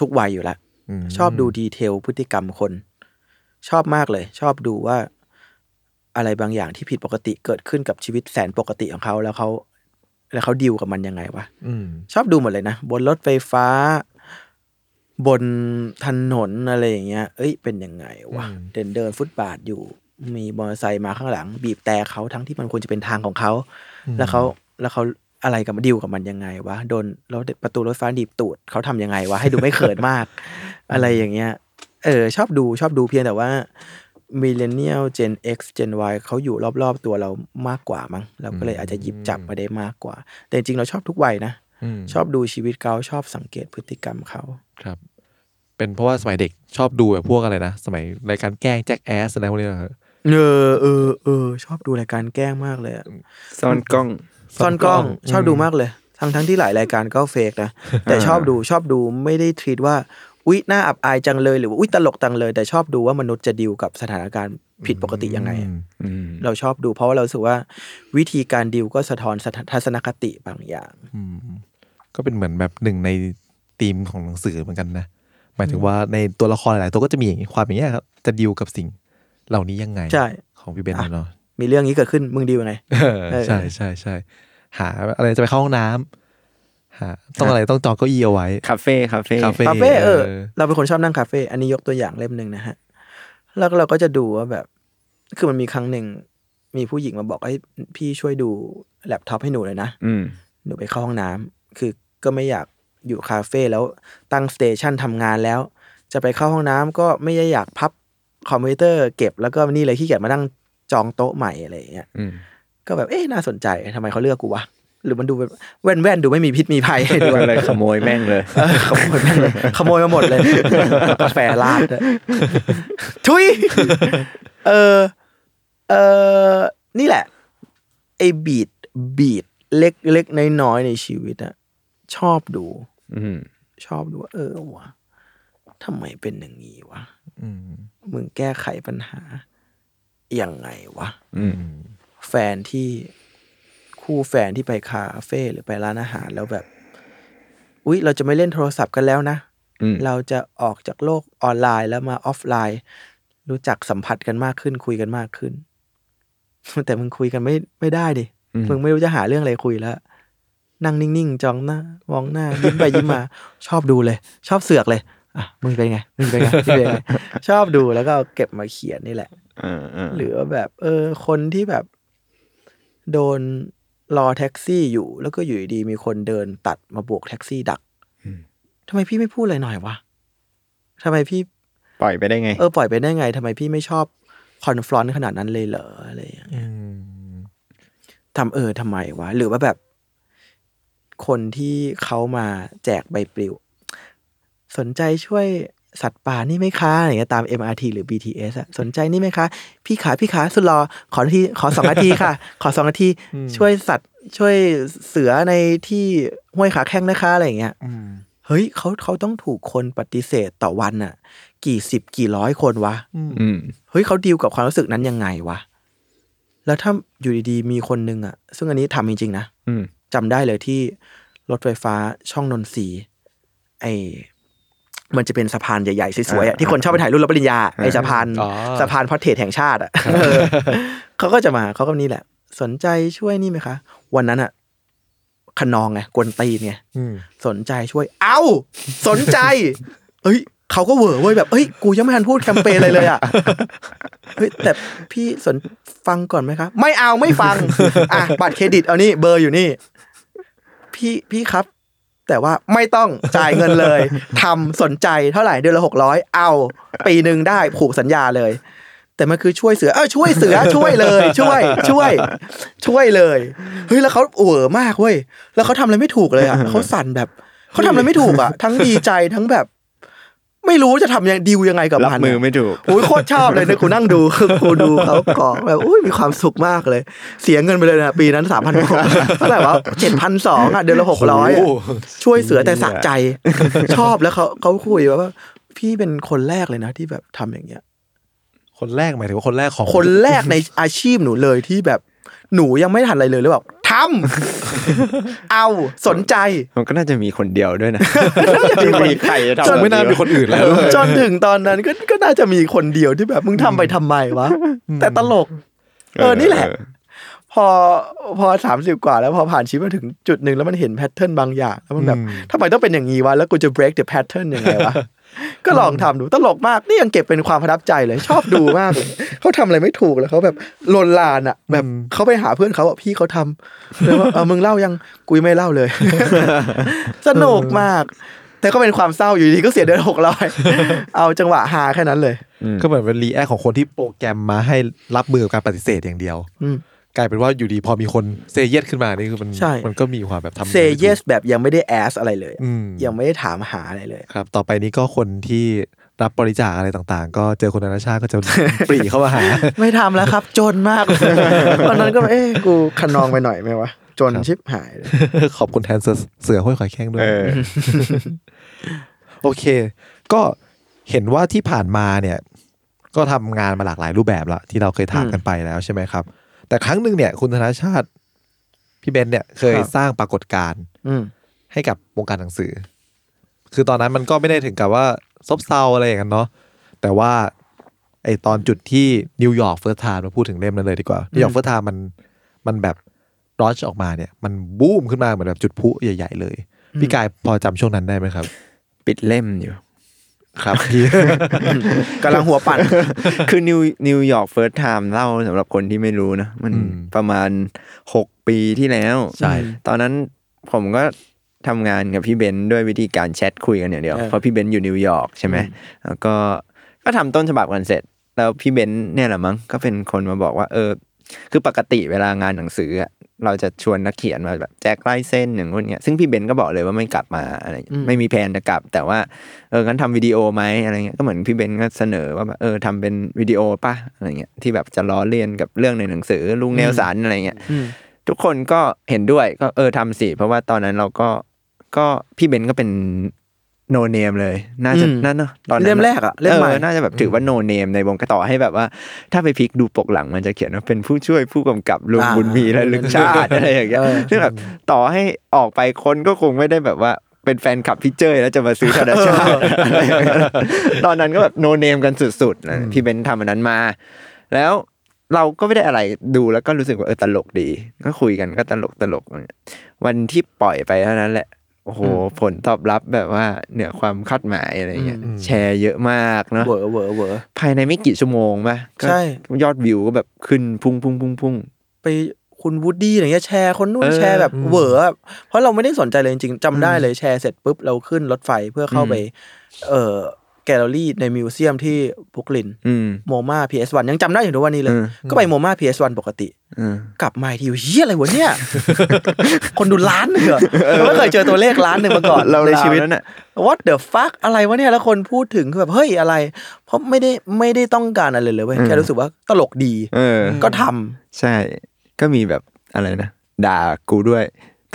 Speaker 8: ทุกวัยอยู่แล้ว
Speaker 6: อืม
Speaker 8: ชอบดูดีเทลพฤติกรรมคน ชอบมากเลย ชอบดูว่าอะไรบางอย่างที่ผิดปกติเกิดขึ้นกับชีวิตแสนปกติของเขาแล้วเขาแล้วเขาดิวกับมันยังไงวะ
Speaker 6: อืม
Speaker 8: ชอบดูหมดเลยนะ บนรถไฟฟ้า บนถนนอะไรอย่างเงี้ย เอ้ย เป็นยังไงวะ
Speaker 6: อืม
Speaker 8: เดินเดินฟุตบาทอยู่ มีมอเตอร์ไซค์มาข้างหลัง บีบแต่เขาทั้งที่มันควรจะเป็นทางของเขา แล้วเขาแล้วเขาอะไรกับมันดิวกับมันยังไงวะโดนรถประตูรถไฟฟ้าดีบตูดเขาทำยังไงวะให้ดูไม่เขินมาก อะไรอย่างเงี้ย เออ ชอบดูชอบดูเพียงแต่ว่ามิเลเนียลเจน X เจน Y เขาอยู่รอบๆตัวเรามากกว่ามั้งเราก็เลยอาจจะหยิบจับมาได้มากกว่า แต่จริงๆเราชอบทุกวัยนะ
Speaker 6: อืม
Speaker 8: ชอบดูชีวิตเขาชอบสังเกตพฤติกรรมเขา
Speaker 6: ครับ เป็นเพราะว่าสมัยเด็กชอบดูแบบพวกอะไรนะ สมัยรายการแกล้งแจ็คแอสอะไรพวกนี้เหรอ
Speaker 8: เออเออเออชอบดูรายการแกล้งมากเลยอะ
Speaker 7: ซ่อนกล้อง
Speaker 8: ซ่อนกล้องชอบดูมากเลย ทั้งทั้งที่หลายรายการก็เฟกนะ แต่ชอบดูชอบดูไม่ได้ทรีตว่าอุ๊ยน่าอับอายจังเลยหรือว่าอุ๊ยตลกจังเลย แต่ชอบดูว่ามนุษย์จะดิวกับสถานการณ์ผิดปกติยังไงอะ
Speaker 7: อืม
Speaker 8: เราชอบดูเพราะว่าเรารู้สึกว่าวิธีการดิวก็สะท้อนสถทัศนคติบางอย่าง
Speaker 6: ก็เป็นเหมือนแบบหนึ่งในธีมของหนังสือเหมือนกันนะ หมายถึงว่าในตัวละครหลายๆตัวก็จะมีอย่างนี้ความอย่างเงี้ยครับ จะดิวกับสิ่งเหล่านี้ยังไง
Speaker 8: ใช่
Speaker 6: ของพี่เบนซ์เนาะ
Speaker 8: มีเรื่องนี้เกิดขึ้นมึงดีลยังไง
Speaker 6: เออ ใช่ใช่ใช่หาอะไรจะไปเข้าห้องน้ำหาต้องอะไรต้องจองเก้าอี้เอาไว้
Speaker 7: คาเฟ่คาเฟ่
Speaker 6: คาเฟ่
Speaker 8: คาเฟ่เออ
Speaker 6: เออ
Speaker 8: เราเป็นคนชอบนั่งคาเฟ่อันนี้ยกตัวอย่างเล่มหนึ่งนะฮะ แล้วเราก็จะดูว่าแบบ คือมันมีครั้งหนึ่ง มีผู้หญิงมาบอกให้พี่ช่วยดูแล็ปท็อปให้หนูเลยนะ
Speaker 7: อืม
Speaker 8: หนูไปเข้าห้องน้ำคือก็ไม่อยากอยู่คาเฟ่แล้วตั้งสเตชันทำงานแล้ว จะไปเข้าห้องน้ำก็ไม่ได้อยากพับคอมพิวเตอร์เก็บแล้วก็นี่เลยขี้เกียจมานั่งจองโต๊ะใหม่อะไรอย่างเงี้ย
Speaker 7: อืม
Speaker 8: ก็แบบเอ๊ะน่าสนใจทำไมเขาเลือกกูวะหรือมันดูแบบแว่นแว่นๆดูไม่มีพิษมีภัย
Speaker 7: ดูอะไรขโมยแม่งเลย
Speaker 8: เออขโมยแม่งเลยขโมยมาหมดเลย กาแฟลาด ด้วยทุยเออเออนี่แหละ ไอ้บีดบีดเล็กเล็กๆน้อยๆในชีวิตอะชอบดู
Speaker 7: อืม
Speaker 8: ชอบดูว่าเออวะทำไมเป็นอย่างนี้วะ
Speaker 6: อืม
Speaker 8: มึงแก้ไขปัญหายังไงวะ
Speaker 7: อืม
Speaker 8: แฟนที่คู่แฟนที่ไปคาเฟ่หรือไปร้านอาหารแล้วแบบ อุ๊ย เราจะไม่เล่นโทรศัพท์กันแล้วนะ
Speaker 7: อืม
Speaker 8: เราจะออกจากโลกออนไลน์แล้วมาออฟไลน์ รู้จักสัมผัสกันมากขึ้นคุยกันมากขึ้น แต่มึงคุยกันไม่ไม่ได้ดิ มึงไม่รู้จะหาเรื่องอะไรคุยแล้ว นั่งนิ่งๆจ้องหน้ามองหน้ายิ้มไปยิ้มมา ชอบดูเลย ชอบเสือกเลยอ่ะมึงเป็นไงมึงเป็นไงมึงเป็นไง ชอบดูแล้วก็เอาเก็บมาเขียนนี่แหละ
Speaker 7: อ่าอ่า
Speaker 8: หรือว่าแบบ เออ คนที่แบบ โดนรอแท็กซี่อยู่ แล้วก็อยู่ดีๆมีคนเดินตัดมาโบวกแท็กซี่ดักทำไมพี่ไม่พูดอะไรหน่อยวะทำไมพี่
Speaker 7: ปล่อยไปได้ไง
Speaker 8: เออ ปล่อยไปได้ไงทำไมพี่ไม่ชอบคอนฟลอนขนาดนั้นเลยเหรออะไรอย่างเงี้ย
Speaker 6: อืม
Speaker 8: ทำเออทำไมวะ หรือว่าแบบ คนที่เขามาแจกใบปลิว สนใจช่วยสัตว์ป่านี่ไหมคะอะไรเงี้ยตาม MRT หรือ BTS อะสนใจนี่ไหมคะ พี่ขาพี่ขาสุดรอขอนาทีขอสองนาทีค่ะ ขอสองนาทีช่วยสัตว์ช่วยเสือในที่ห้วยขาแข้งนะคะอะไรอย่างเงี้ย
Speaker 6: อืม
Speaker 8: เฮ้ยเขาเขาต้องถูกคนปฏิเสธต่อวันอะกี่สิบกี่ร้อยคนวะ
Speaker 7: อืม
Speaker 8: เฮ้ยเขาดีลกับความรู้สึกนั้นยังไงวะ แล้วถ้าอยู่ดีๆ มีคนหนึ่งอะซึ่งอันนี้ทำจริง ๆ นะ
Speaker 7: อืม
Speaker 8: จำได้เลยที่รถไฟฟ้าช่องนนทรีไอมันจะเป็นสะพานใหญ่ๆ สวยๆอะที่คนชอบไปถ่ายรูปรับปริญญาไอสะพานสะพานพอเทรตแห่งชาติอะเออเขาก็จะมาเขาก็นี่แหละ สนใจช่วยนี่ไหมคะ วันนั้นอะขนองไงกวนตีนไง
Speaker 6: อืม
Speaker 8: สนใจช่วย เอ้า สนใจ เอ้ย เขาก็เหวอเว้ยแบบ เอ้ย กูยังไม่ทันพูดแคมเปญอะไรเลยอ่ะ เฮ้ย แต่พี่สนฟังก่อนไหมครับ ไม่เอาไม่ฟัง อ่ะ บัตรเครดิตเอานี่เบอร์อยู่นี่ พี่พี่ครับ แต่ว่าไม่ต้องจ่ายเงินเลย ทำสนใจเท่าไหร่เดือนละหกร้อยเอา ปีหนึ่งได้ผูกสัญญาเลย แต่มันคือช่วยเสือเออช่วยเสือช่วยเลย ช่วย ช่วย ช่วยเลยเฮ้ยแล้วเขาเออมากเว้ยแล้วเขาทำอะไรไม่ถูกเลยอ่ะเขาสั่นแบบเขาทำอะไรไม่ถูกอ่ะ ทั้งดีใจทั้งแบบ ไม่รู้จะทำยังดีลยังไงกับ
Speaker 7: รับ
Speaker 8: มัน
Speaker 7: มือ
Speaker 8: อะ
Speaker 7: ไม่ถูก
Speaker 8: อุ้ยโคตรชอบเลยเนี่ยกูนั่งดู กูดูเขากรอกแบบอุ้ยมีความสุขมากเลย เสียเงินไปเลยนะปีนั้นสามพันเท่าไหร่วะเจ็ดพันสองอ่ะเดือนละหกร้อยช่วยเสือแต่สะใจ ชอบแล้วเขาเขาคุยว่า พี่เป็นคนแรกเลยนะที่แบบทำอย่างเงี้ย
Speaker 6: คนแรกหมายถึงว่าคนแรกของ
Speaker 8: คนแรกในอาชีพหนูเลยที่แบบหนูยังไม่ทันอะไรเลยหรือเปล่าทำเอาสนใจ
Speaker 7: มันก็น่าจะมีคนเดียวด้วยนะ
Speaker 8: มีคน
Speaker 7: มีใครจะทำ
Speaker 6: จนไม่น่ามีคนอื่นแล้วด้วย
Speaker 8: จนถึงตอนนั้นก็ก็น่าจะมีคนเดียวที่แบบมึงทำไปทำไมวะแต่ตลก เออนี่แหละ พอพอสามสิบกว่าแล้วพอผ่านชีวิตมาถึงจุดหนึ่งแล้วมันเห็นแพทเทิร์นบางอย่าง แล้วมันแบบทำไมต้องเป็นอย่างนี้วะ แล้วกูจะ break the pattern ยังไงวะ ก็ลองทำดูตลกมากนี่ยังเก็บเป็นความประทับใจเลย ชอบดูมากเลยเขาทำอะไรไม่ถูกแล้วเขาแบบลนลานอ่ะ แบบเขาไปหาเพื่อนเขาอ่ะพี่เขาทำแล้วว่าเออมึงเล่ายังกูยังไม่เล่าเลย สนุกมาก แต่ก็เป็นความเศร้าอยู่ดีก็เสียเดือนหกร้อยเอาจังหวะฮาแค่นั้นเลย
Speaker 6: ก็เหมือนเป็นรีแอคของคนที่โปรแกรมมาให้รับมือกับการปฏิเสธอย่างเดียว
Speaker 8: อืม
Speaker 6: กลายเป็นว่าอยู่ดีพอมีคนเซเยสขึ้นมานี่คือมัน
Speaker 8: ใช่
Speaker 6: มันก็มีความแบบทำ
Speaker 8: เซเยสแบบยังไม่ได้แอสอะไรเลยอะ
Speaker 6: อืม
Speaker 8: ยังไม่ได้ถามหาอะไรเลย
Speaker 6: ครับ ต่อไปนี้ก็คนที่รับบริจาคอะไรต่างๆ ก็เจอคนอนาชาติก็จะ ปรีเข้ามาหา
Speaker 8: ไม่ทำแล้วครับ จน มาก ตอนนั้นก็แบบเอ๊ะกูขนองไปหน่อยไหมวะ จนชิบหายเลย
Speaker 6: ขอบคุณแทนเสือเสือห้อยขอยแข้งด้วย
Speaker 7: เออ
Speaker 6: โอเค ก็เห็นว่าที่ผ่านมาเนี่ย ก็ทำงานมาหลากหลายรูปแบบละที่เราเคยถามกันไปแล้วใช่ไหมครับ แต่ครั้งหนึ่งเนี่ย คุณธนาชาติ พี่เบนเนี่ยเคย
Speaker 8: ครับ
Speaker 6: สร้างปรากฏการณ์
Speaker 8: อืม
Speaker 6: ให้กับวงการหนังสือ คือตอนนั้นมันก็ไม่ได้ถึงกับว่า ซบเซาอะไรอย่างนั้นเนาะแต่ว่าไอตอนจุดที่นิวยอร์กเฟิร์สไทม์มาพูดถึงเล่มนั้นเลยดีกว่านิวยอร์กเฟิร์สไทม์มันมันแบบรอชออกมาเนี่ยมันบูมขึ้นมาเหมือนแบบจุดพลุใหญ่ ๆ เลย พี่กายพอจำช่วงนั้นได้ไหมครับ
Speaker 7: ปิดเล่มอยู่
Speaker 6: ครับพี่
Speaker 8: กำลังหัวปั่น
Speaker 7: คือนิวนิวยอร์กเฟิร์สไทม์เล่าสำหรับคนที่ไม่รู้นะ มัน
Speaker 6: อืม
Speaker 7: ประมาณหกปีที่แล้ว
Speaker 6: ใช่
Speaker 7: ตอนนั้นผมก็ทำงานกับพี่เบนซ์ด้วยวิธีการแชทคุยกันอย่างเดียว
Speaker 8: เออ
Speaker 7: เพราะพี่เบนซ์อยู่นิวยอร์กใช่ไหมแล้วก็ก็ทำต้นฉบับกันเสร็จ แล้วพี่เบนซ์เนี่ยแหละมั้งก็เป็นคนมาบอกว่าเออ คือปกติเวลางานหนังสืออะเราจะชวนนักเขียนมาแบบแจกลายเส้นอย่างนู้นเงี้ยซึ่งพี่เบนก็บอกเลยว่าไม่กลับมาอะไรเงี้ยไม่มีแผนจะกลับ แต่ว่าเอองั้นทำวิดีโอไหมอะไรเงี้ยก็เหมือนพี่เบนก็เสนอว่าแบบเออทำเป็นวิดีโอป่ะอะไรเงี้ยที่แบบจะล้อเลียนกับเรื่องในหนังสือลุงแนวสารอะไรเงี้ยทุกคนก็เห็นด้วยก็เออทำสิเพราะว่าตอนนั้นเราก็ก็พี่เบนก็เป็นโนเนมเลย น่าจะ
Speaker 8: อืม
Speaker 7: นั่นเนาะตอนนั้น
Speaker 8: เล่มแรกอะเล่มใหม่
Speaker 7: น่าจะแบบถือว่าโนเนมในวงการต่อให้แบบว่า ถ้าไปพลิกดูปกหลังมันจะเขียนว่าเป็นผู้ช่วยผู้กำกับ ลุง
Speaker 8: อ่า
Speaker 7: บุญมีและลึกชาติ อะไรอย่างเงี้ย
Speaker 8: เออ
Speaker 7: ซึ่งแบบต่อให้ออกไปคนก็คงไม่ได้แบบว่าเป็นแฟนคลับพี่เจยแล้วจะมาซื้อธนชาติ อะไรอย่างเงี้ย ตอนนั้นก็แบบโนเนมกันสุดๆนะพี่เบนซ์ทำอันนั้นมา แล้วเราก็ไม่ได้อะไรดูแล้วก็รู้สึกว่าเออตลกดี ก็คุยกันก็ตลกตลกๆวันที่ปล่อยไปเท่านั้นแหละ โอ้โหผลตอบรับแบบว่าเหนือความคาดหมายอะไรเงี้ยแชร์เยอะมากเนาะ
Speaker 8: เวอร์เวอร์เวอร์
Speaker 7: ภายในไม่กี่ชั่วโมงป่ะก็
Speaker 8: ใช่
Speaker 7: ยอดวิวก็แบบขึ้นพุ่งพุ่งพุ่งพุ่ง
Speaker 8: ไปคุณวูดดี้อะไรเงี้ยแชร์คนนู้น
Speaker 7: เออ
Speaker 8: แชร์แบบเหวอร์อะเพราะเราไม่ได้สนใจเลยจริงๆจำได้เลยแชร์เสร็จปุ๊บเราขึ้นรถไฟเพื่อเข้าไป เอ่อแกลเลอรี่ในมิวเซียมที่บรุกลิน
Speaker 7: อืม
Speaker 8: โมมาพีเอสวันยังจำได้อยู่ทุกวันนี้เลย
Speaker 7: อืม
Speaker 8: ก็ไปโมมาพีเอสวันปกติ
Speaker 7: อืม
Speaker 8: กลับมาอีกทีเฮียอะไรวะเนี่ย คนดูล้านหนึ่งเหรอเราไม่เคยเจอตัวเลขล้านหนึ่งมาก่อน
Speaker 7: เรา
Speaker 8: ในชีวิต
Speaker 7: นั้นอ่ะ
Speaker 8: what the fuck อะไรวะเนี่ยแล้วคนพูดถึงคือแบบเฮ้ยอะไร เพราะไม่ได้ไม่ได้ต้องการอะไรเลยเว้ยแค่รู้สึกว่าตลกดี
Speaker 7: เออ
Speaker 8: ก็ทำ
Speaker 7: ใช่ ก็มีแบบอะไรนะด่ากูด้วย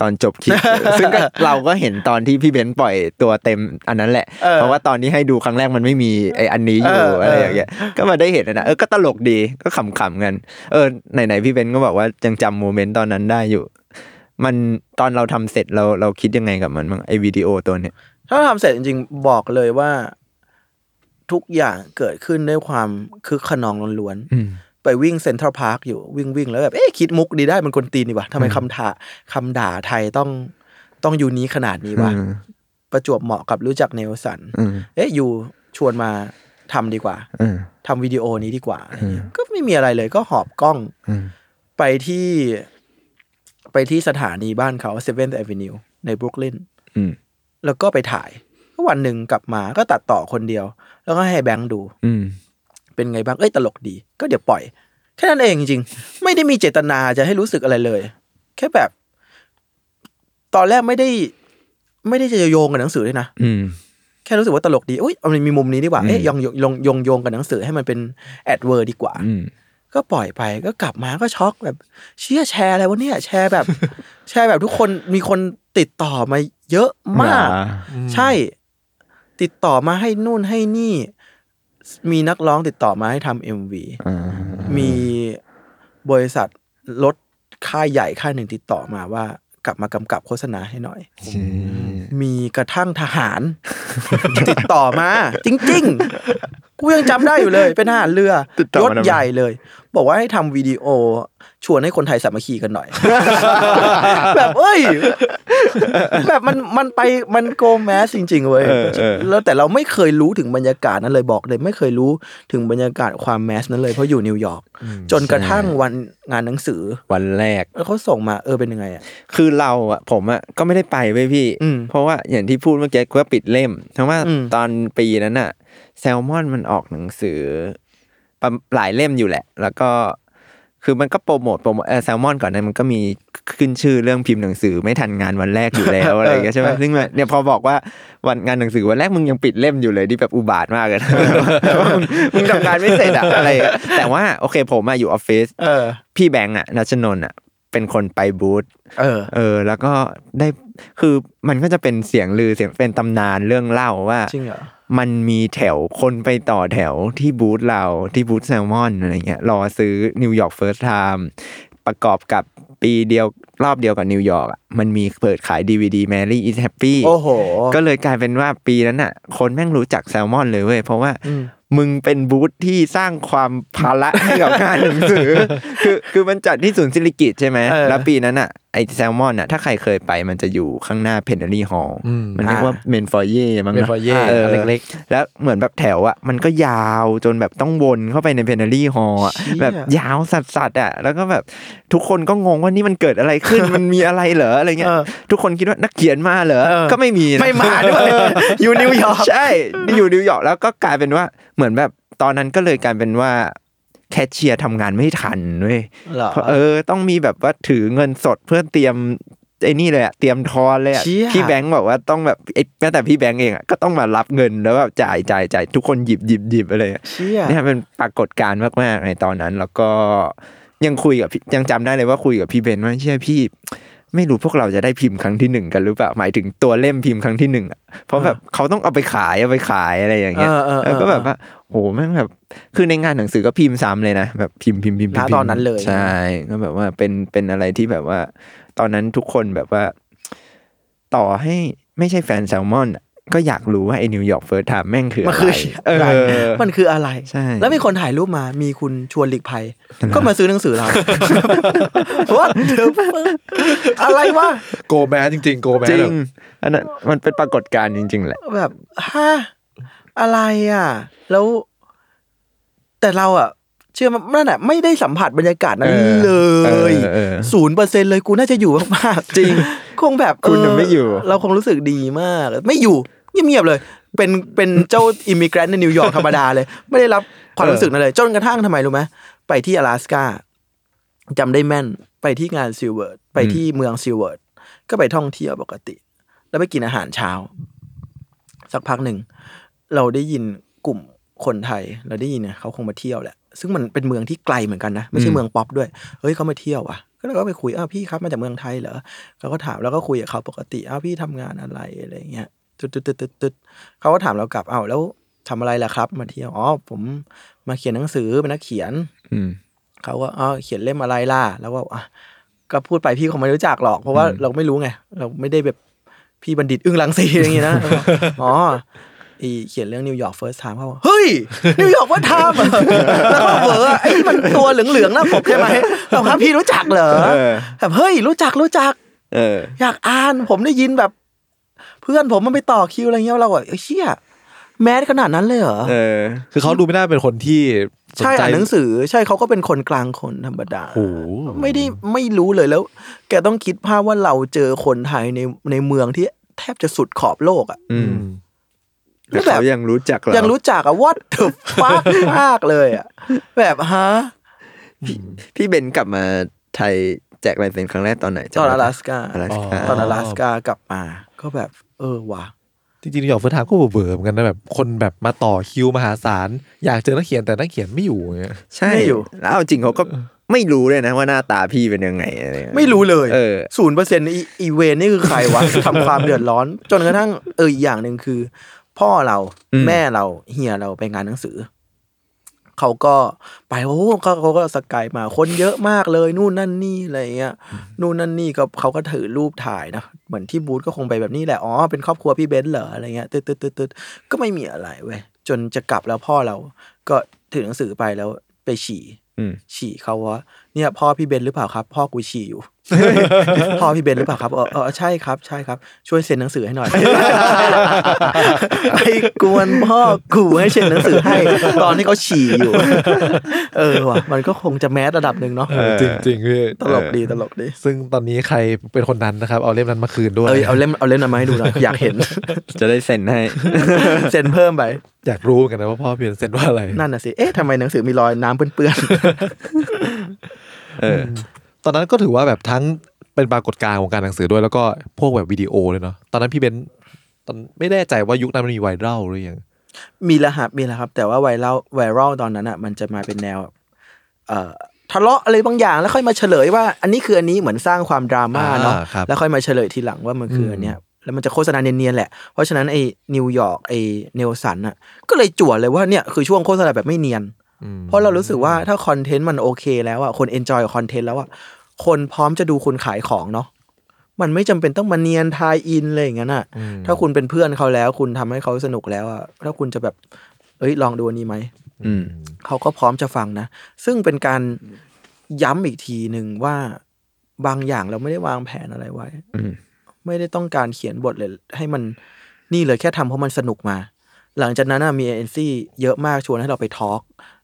Speaker 7: ตอนจบคลิป ซึ่งก็เราก็เห็นตอนที่พี่เบนซ์ปล่อยตัวเต็มอันนั้นแหละ
Speaker 8: เออ
Speaker 7: เพราะว่าตอนที่ให้ดูครั้งแรกมันไม่มีไออันนี้อยู่
Speaker 8: เออ
Speaker 7: อะ
Speaker 8: เอออ
Speaker 7: ไรอย่างเงี้ยก็มาได้เห็นนะเออก็ตลกดีก็ขำๆกันเออไหนๆพี่เบนซ์ก็บอกว่ายังจำโมเมนต์ตอนนั้นได้อยู่ มันตอนเราทำเสร็จเราเราคิดยังไงกับมันบ้างไอวิดีโอตัวเนี้ย
Speaker 8: ถ้าทำเสร็จจริงๆ บอกเลยว่า ทุกอย่างเกิดขึ้นด้วยความคึกขนองล้วน
Speaker 7: อืม
Speaker 8: ๆไปวิ่งเซ็นทรัลพาร์คอยู่วิ่งวิ่งแล้วแบบเอ๊ะคิดมุกดีได้มันคนตีนนี่วะทำไมคำถาคำด่าไทยต้องต้องอยู่นี้ขนาดนี้วะประจวบเหมาะกับรู้จักเนลสันเอ๊ะอยู่ชวนมาทำดีกว่า
Speaker 7: เออ
Speaker 8: ทำวิดีโอนี้ดีกว่าอะไรเงี้ยก็ไม่มีอะไรเลยก็หอบกล้องไปที่ ไปที่สถานีบ้านเขาเซเว่นแอเวนิวในบรุกลิน
Speaker 7: อืม
Speaker 8: แล้วก็ไปถ่ายก็วันหนึ่งกลับมาก็ตัดต่อคนเดียว แล้วก็ให้แบงค์ดู
Speaker 7: อืม
Speaker 8: เป็นไงบ้าง เอ้ย ตลกดี ก็เดี๋ยวปล่อย แค่นั้นเองจริงๆ ไม่ได้มีเจตนาจะให้รู้สึกอะไรเลย แค่แบบ ตอนแรกไม่ได้ ไม่ได้จะโยงกับหนังสือเลยนะ
Speaker 7: อืม
Speaker 8: แค่รู้สึกว่าตลกดีอุ้ยเอามันมีมุมนี้ดีกว่า เอ๊ยยงโยงโยงโยงโยงกับหนังสือให้มันเป็นแอดเวอร์ดีกว่า
Speaker 7: อืม
Speaker 8: ก็ปล่อยไปก็กลับมาก็ช็อกแบบเชี่ยแชร์อะไรวะเนี่ย แชร์แบบ แชร์แบบทุกคนมีคนติดต่อมาเยอะมาก
Speaker 7: หรอ
Speaker 8: ใช่ ติดต่อมาให้นู่นให้นี่ มีนักร้องติดต่อมาให้ทำเอ็มวีมีบริษัทรถค่ายใหญ่ค่ายหนึ่งติดต่อมาว่ากลับมากำกับโฆษณาให้หน่อย มีกระทั่งทหาร ติดต่อมา จริง ๆ กูยังจำได้อยู่เลย เป็นทหารเรือ
Speaker 7: ติดต่อยมา
Speaker 8: ศ
Speaker 7: ทำไม
Speaker 8: ใหญ่เลย บอกว่าให้ทำวิดีโอ ชวนให้คนไทยสามัคคีกันหน่อย แบบเอ้ย แบบมันมันไปมันโกแมสจริง ๆเว้ย
Speaker 7: เออเออ
Speaker 8: แล้วแต่เราไม่เคยรู้ถึงบรรยากาศนั้นเลยบอกเลย ไม่เคยรู้ถึงบรรยากาศความแมสนั้นเลยเพราะอยู่นิวยอร์กจนกระทั่งวันงานหนังสือ
Speaker 7: วันแรก
Speaker 8: แล้วเขาส่งมาเออเป็นยังไงอ่ะ
Speaker 7: คือเราอ่ะผมอ่ะก็ไม่ได้ไปเว้ยพี่
Speaker 8: อืม
Speaker 7: เพราะว่าอย่างที่พูดเมื่อกี้ก็ปิดเล่มทั้งว่า
Speaker 8: อืม
Speaker 7: ตอนปีนั้นอ่ะ แซลมอนมันออกหนังสือประมาณหลายเล่มอยู่แหละ แล้วก็ คือมันก็โปรโมทโปรโมทเออแซลมอนก่อนนั้นมันก็มีขึ้นชื่อเรื่องพิมพ์หนังสือไม่ทันงานวันแรกอยู่แล้ว อะไรอย่างเงี้ยใช่ไหมซึ่งแบบเนี่ยพอบอกว่าวันงานหนังสือวันแรกมึงยังปิดเล่มอยู่เลยที่แบบอุบาทมากเลยนะ มึงมึงทำงานไม่เสร็จอะอะไรอย่างเงี้ยแต่ว่าโอเคผมอะอยู่ออฟฟิศ
Speaker 8: เออ
Speaker 7: พี่แบงค์อะนัชนนท์อะเป็นคนไปบูธ
Speaker 8: เออ
Speaker 7: เออ แล้วก็ได้คือมันก็จะเป็นเสียงลือเสียงเป็นตำนานเรื่องเล่าว่า
Speaker 8: จริงเหรอ
Speaker 7: มันมีแถวคนไปต่อแถวที่บูธเราที่บูธแซลมอนอะไรเงี้ยรอซื้อนิวยอร์กเฟิร์สไทม์ประกอบกับปีเดียว รอบเดียวกับนิวยอร์กอ่ะมันมีเปิดขาย DVD Mary is Happy
Speaker 8: โอ้โห
Speaker 7: ก็เลยกลายเป็นว่าปีนั้นอ่ะ คนแม่งรู้จักแซลมอนเลยเว้ย เพราะว่า
Speaker 8: อืม
Speaker 7: มึงเป็นบูธที่สร้างความภาระให้กับงานหนังสือ คือคือมันจัดที่ศูนย์ศิริกิตใช่ไหม
Speaker 8: เออ
Speaker 7: แล้วปีนั้นอ่ะไอแซลมอนอ่ะ ถ้าใครเคยไปมันจะอยู่ข้างหน้าเพนนารี่ฮอลล์
Speaker 6: อืม
Speaker 7: มันเรียกว่า
Speaker 8: อ่า
Speaker 7: เมนฟอยเย่มั้งนะ
Speaker 6: Main Foyer
Speaker 7: ออ
Speaker 6: อันเล็ก
Speaker 7: แล้วเหมือนแบบแถวอ่ะมันก็ยาวจนแบบต้องวนเข้าไปในเพนนารี่ฮอลล์อะแบบยาวสัสสัสๆอ่ะแล้วก็แบบทุกคนก็งงว่านี่มันเกิดอะไร ขึ้น มันมีอะไรเหรออะไรเงี้ย
Speaker 8: เออ
Speaker 7: ทุกคนคิดว่านักเขียนมาเหรอ
Speaker 8: เออ
Speaker 7: ก็ไม่มีนะ
Speaker 8: ไม่มา ด้วยอยู่นิวยอร์ก
Speaker 7: ใช่อยู่นิวยอร์กแล้วก็กลายเป็นว่าเหมือนแบบตอนนั้นก็เลยกลายเป็นว่าแคชเชียร์ทำงานไม่ทันเว้ย
Speaker 8: เหรอ
Speaker 7: เพราะเออต้องมีแบบว่าถือเงินสดเพื่อเตรียมไอ้นี่เลยอะเตรียมทอนเลยอะ
Speaker 8: เชี่ย
Speaker 7: พี่แบงค์บอกว่าต้องแบบไอ้แม้แต่พี่แบงค์เองอะก็ต้องมารับเงินแล้วแบบจ่ายจ่ายจ่ายทุกคนหยิบหยิบหยิบอะไรอะ
Speaker 8: เชี่ย
Speaker 7: เนี่ยเป็นปรากฏการณ์มากๆในตอนนั้น แล้วก็ยังคุยกับพี่ยังจำได้เลยว่าคุยกับพี่เบนว่าเชื่อพี่ ไม่รู้พวกเราจะได้พิมพ์ครั้งที่หนึ่งกันหรือเปล่าหมายถึงตัวเล่มพิมพ์ครั้งที่หนึ่งอะเพราะแบบเขาต้องเอาไปขายเอาไปขายอะไรอย่างเงี้ย
Speaker 8: เออเออเออ
Speaker 7: แล้วก็แบบว่าโหแม่งแบบคือในงานหนังสือก็พิมพ์ซ้ำเลยนะแบบพิมพ์พิมพ์พิมพ์พิมพ์
Speaker 8: ณตอนนั้นเลย
Speaker 7: ใช่ก็แบบว่าเป็นเป็นอะไรที่แบบว่า ตอนนั้นทุกคนแบบว่า ต่อให้ไม่ใช่แฟนแซลมอนอะก็อยากรู้ว่าไอ้นิวยอร์กเฟิร์สไทม์แม่งคือ
Speaker 8: มั
Speaker 7: อะ
Speaker 8: น
Speaker 7: ไร
Speaker 8: คือ
Speaker 7: เอ
Speaker 8: อะไร
Speaker 7: อ
Speaker 8: มันคืออะไร
Speaker 7: ใช่
Speaker 8: แล้วมีคนถ่ายรูปมา มีคุณชวนหลีกภัย ก็มาซื้อหนังสือ เรา ว่าเดี๋ยวอะไรวะ
Speaker 6: โกแมสจริงๆ โกแมส
Speaker 7: จริง อันนั้นมันเป็นปรากฏการณ์จริง ๆ แหละ
Speaker 8: แบบฮะอะไรอ่ะ แล้ว แต่เราอ่ะ เชื่อมันนั่นแหละไม่ได้สัมผัสบรรยากาศนั้น
Speaker 7: เออ
Speaker 8: เล
Speaker 7: เออย เออ
Speaker 8: ศูนย์เปอร์เซ็นเลยกูน่าจะอยู่มากๆ
Speaker 7: จริง
Speaker 8: คงแบบ
Speaker 7: คุณน่ะ
Speaker 8: เ
Speaker 7: ไม่อยู่
Speaker 8: เรา คงรู้สึกดีมาก ไม่อยู่เงียบๆเลย เป็นเป็นเจ้าอิมิเกรนในนิวยอร์กธรรมดาเลย ไม่ได้รับความรู้สึกนั้นเลย จนกระทั่งทำไมรู้ไหมไปที่อลาสก้าจำได้แม่นไปที่งานซิลเวิร์ดไปที่เมืองซิลเวิร์ดก็ไปท่องเที่ยวปกติ แล้วไปกินอาหารเช้า สักพักหนึ่ง เราได้ยินกลุ่มคนไทย เราได้ยินเนี่ยเขาคงมาเที่ยวแหละ ซึ่งมันเป็นเมืองที่ไกลเหมือนกันนะ ไม่ใช่เมืองป๊อปด้วย เฮ้ยเขามาเที่ยวอ่ะ ก็เราก็ไปคุยอ้าวพี่ครับมาจากเมืองไทยเหรอเขาก็ถามแล้วก็คุยกับเขาปกติอ้าวพี่ทำงานอะไรอะไรอย่างเงี้ยตึ๊ดตึ๊ดตึ๊ดตึ๊ดตึ๊ดเขาก็ถามเรากลับอ้าวแล้วทำอะไรล่ะครับ มาเที่ยวอ๋อผมมาเขียนหนังสือเป็นนักเขียน
Speaker 7: อืม
Speaker 8: เขาก็อ้าวเขียนเล่มอะไรล่ะ แล้วก็อ่ะก็พูดไปพี่คงไม่รู้จักหรอก เพราะว่าเราไม่รู้ไง เราไม่ได้แบบพี่บัณฑิตอึ้งลังสี อย่างงี้นะ แล้วก็อ๋ออีเขียนเรื่องนิวยอร์กเฟิร์สไทม์เขาบอกเฮ้ย นิวยอร์กเฟิร์สไทม์แล้วก็เผลอไอ้มันตัวเหลืองๆหนะผม ใช่ไหมเราครับพี่รู้จักเหรอ
Speaker 7: เออ
Speaker 8: แบบเฮ้ยรู้จักรู้จัก
Speaker 7: เออ
Speaker 8: อยากอ่านผมได้ยินแบบ เพื่อนผมมันไปต่อคิวอะไรเงี้ยเราแบบเอ้ยเชี่ยแมสขนาดนั้นเลยเหรอ
Speaker 7: เออ
Speaker 6: คือเขาดูไม่ได้เป็นคนที่สน
Speaker 8: ใช่
Speaker 6: ใจ
Speaker 8: อ่านหนังสือใช่เขาก็เป็นคนกลางคนธรรมดา
Speaker 6: โอ้โห
Speaker 8: ไม่ได้ไม่รู้เลยแล้ว แกต้องคิดภาพว่าเราเจอคนไทยในในเมืองที่แทบจะสุดขอบโลกอะ
Speaker 7: อืม
Speaker 8: แล้
Speaker 7: แต่
Speaker 8: วแบบ
Speaker 7: เขายังรู้จักเราย
Speaker 8: ยังรู้จักอะวัดถึก ฟากมากเลยอะแบบฮะ
Speaker 7: พี่เบนกลับมาไทยแจกลายเซ็นครั้งแรกตอนไหน
Speaker 8: ต
Speaker 7: จำ
Speaker 8: อนอ
Speaker 7: ได้
Speaker 8: ลาสกา
Speaker 7: อลาส
Speaker 6: อ๋
Speaker 7: กา
Speaker 8: ตอนอลาสกากลับมา ก็แบบ เออว่ะ
Speaker 6: จริงๆนิวยอร์กเฟิร์สไทม์ก็เบื่อๆเหมือนกันนะแบบคนแบบมาต่อคิวมหาศาล อยากเจอนักเขียนแต่นักเขียนไม่อยู่อย่างเงี้ย
Speaker 7: ใช่
Speaker 8: ไม่อยู่
Speaker 7: แล้วเอาจริงเขาก็ไม่รู้เลยนะว่าหน้าตาพี่เป็นยังไงอะไรเงี้ย
Speaker 8: ไม่รู้เลย
Speaker 7: เออ
Speaker 8: ศูนย์เปอร์เซ็นต์อีเวนนี่คือใคร วะ ทำความเดือดร้อน จนกระทั่งเอออีกอย่างหนึ่งคือ พ่อเราแม่เราเฮียเราไปงานหนังสือ เขาก็ไปโอ้โหเขาเขาก็สกายมาคนเยอะมากเลย นู่นนั่นนี่อะไรอย่างเงี้ยนู่นนั่นนี่ก็เขาก็ถือรูปถ่ายนะเหมือนที่บูธก็คงไปแบบนี้แหละอ๋อเป็นครอบครัวพี่เบนซ์เหรออะไรเงี้ยตึ๊ดตึ๊ดตึ๊ดตึ๊ดก็ไม่มีอะไรเว้ยจนจะกลับแล้วพ่อเรา ก็ถือหนังสือไปแล้วไปฉี่
Speaker 7: อืม
Speaker 8: ฉี่เขาว่าเนี่ยพ่อพี่เบนหรือเปล่าครับ พ่อกูฉี่อยู่ พ่อพี่เบนหรือเปล่าครับเออเออใช่ครับใช่ครับ ช่วยเซ็นหนังสือให้ห น่อย ไปกวนพ่อกูให้เซ็นหนังสือให้ ตอนที่เขาฉี่อยู่ เออว่ะมันก็คงจะแมสระดับหนึ่งเนาะ
Speaker 6: เออจริงๆพี่
Speaker 8: ตลกดีตลกดี
Speaker 6: ซึ่งตอนนี้ใครเป็นคนนั้นนะครับ เอาเล่มนั้นมาคืนด้วย
Speaker 8: เอยเอาเล่มเอาเล่มนั้นมาให้ดูหน่อยอยากเห็ น
Speaker 7: จะได้เซ็นให้
Speaker 8: เซ็นเพิ่มไป
Speaker 6: อยากรู้เหมือนกันนะว่าพ่อเพียนเซ็นว่าอะไร
Speaker 8: นั่นน่ะสิเอ๊ะทำไมหนังสือมีรอยน้ำเปื้อน
Speaker 7: เออ
Speaker 6: ตอนนั้นก็ถือว่าแบบทั้งเป็นปรากฏการณ์ของการหนังสือด้วยแล้วก็พวกแบบวิดีโอเลยเนาะตอนนั้นพี่เบนซ์ตอนไม่แน่ใจว่ายุคนั้นมันมีไวรัลหรือยัง
Speaker 8: ๆมีแล้วครับมีแล้วครับ แต่ว่าไวรัลไวรัลตอนนั้นอ่ะ มันจะมาเป็นแนว เอ่อทะเลาะอะไรบางอย่างแล้วค่อยมาเฉลยว่า อันนี้คืออันนี้เหมือนสร้างความดราม่าเนาะ
Speaker 6: อ่าครับ
Speaker 8: แล้วค่อยมาเฉลยทีหลังว่ามันคืออันเนี้ยแล้วมันจะโฆษณาเนียนๆแหละ เพราะฉะนั้นไอ้นิวยอร์กไอ้เนลสันอ่ะก็เลยจั่วเลยว่าเนี่ยคือช่วงโฆษณาแบบไม่เนียน
Speaker 6: อืม
Speaker 8: เพราะเรารู้สึกว่าถ้าคอนเทนต์มันโอเคแล้วอ่ะคนเอนจอยกับคอนเทนต์แล้วอ่ะ คนพร้อมจะดูคุณขายของเนาะมันไม่จำเป็นต้องมาเนียนทายอินอะไรอย่างนั้นอ่ะ ถ้าคุณเป็นเพื่อนเขาแล้ว คุณทำให้เขาสนุกแล้วอ่ะถ้าคุณจะแบบ เอ้ยลองดูอันนี้ไหม
Speaker 7: อืม
Speaker 8: เขาก็พร้อมจะฟังนะ ซึ่งเป็นการย้ำอีกทีหนึ่งว่าบางอย่างเราไม่ได้วางแผนอะไรไว้
Speaker 7: อืม
Speaker 8: ไม่ได้ต้องการเขียนบทเลย ให้มันนี่เลยแค่ทำเพราะมันสนุกมา หลังจากนั้นน่ะมีเอเจนซี่เยอะมากชวนให้เราไปทอล์ก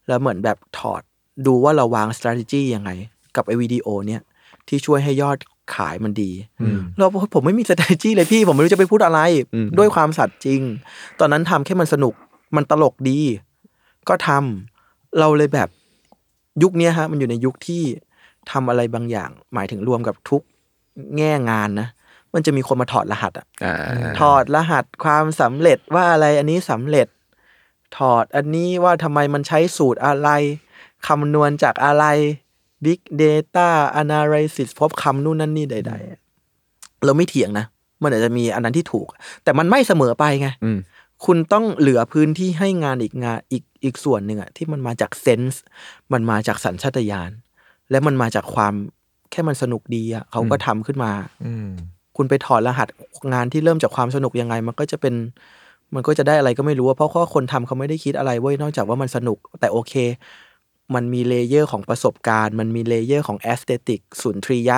Speaker 8: แล้วเหมือนแบบถอดดูว่าเราวาง s t r a t e g y ยังไง กับไอวิดีโอเนี่ยที่ช่วยให้ยอดขายมันดี เราบอกว่าผมไม่มี s t r a t e g y เลยพี่ ผมไม่รู้จะไปพูดอะไร ด้วยความสัตย์จริง ตอนนั้นทำแค่มันสนุกมันตลกดี ก็ทำเราเลยแบบยุคเนี้ยฮะ มันอยู่ในยุคที่ทำอะไรบางอย่าง หมายถึงรวมกับทุกแง่งานนะ มันจะมีคนมาถอดรหัสอะ
Speaker 7: อ่า
Speaker 8: ถอดรหัสความสำเร็จว่าอะไรอันนี้สำเร็จ ถอดอันนี้ว่าทำไมมันใช้สูตรอะไรคำนวณจากอะไร Big Data Analysis พบคำนู่นนั่นนี่ใด ๆ เราไม่เถียงนะ มันอาจจะมีอันนั้นที่ถูก แต่มันไม่เสมอไปไง
Speaker 7: อืม
Speaker 8: คุณต้องเหลือพื้นที่ให้งานอีกงานอีกอีกส่วนหนึ่งอะที่มันมาจากเซนส์มันมาจากสัญชาตญาณและมันมาจากความแค่มันสนุกดีอะเขาก็ทำขึ้นมา
Speaker 6: อืม
Speaker 8: คุณไปถอดรหัสงานที่เริ่มจากความสนุกยังไง มันก็จะเป็น มันก็จะได้อะไรก็ไม่รู้อะเพราะว่าคนทำเขาไม่ได้คิดอะไรเว้ยนอกจากว่ามันสนุก แต่โอเค มันมีเลเยอร์ของประสบการณ์ มันมีเลเยอร์ของแอสเตติกสุนทรียะ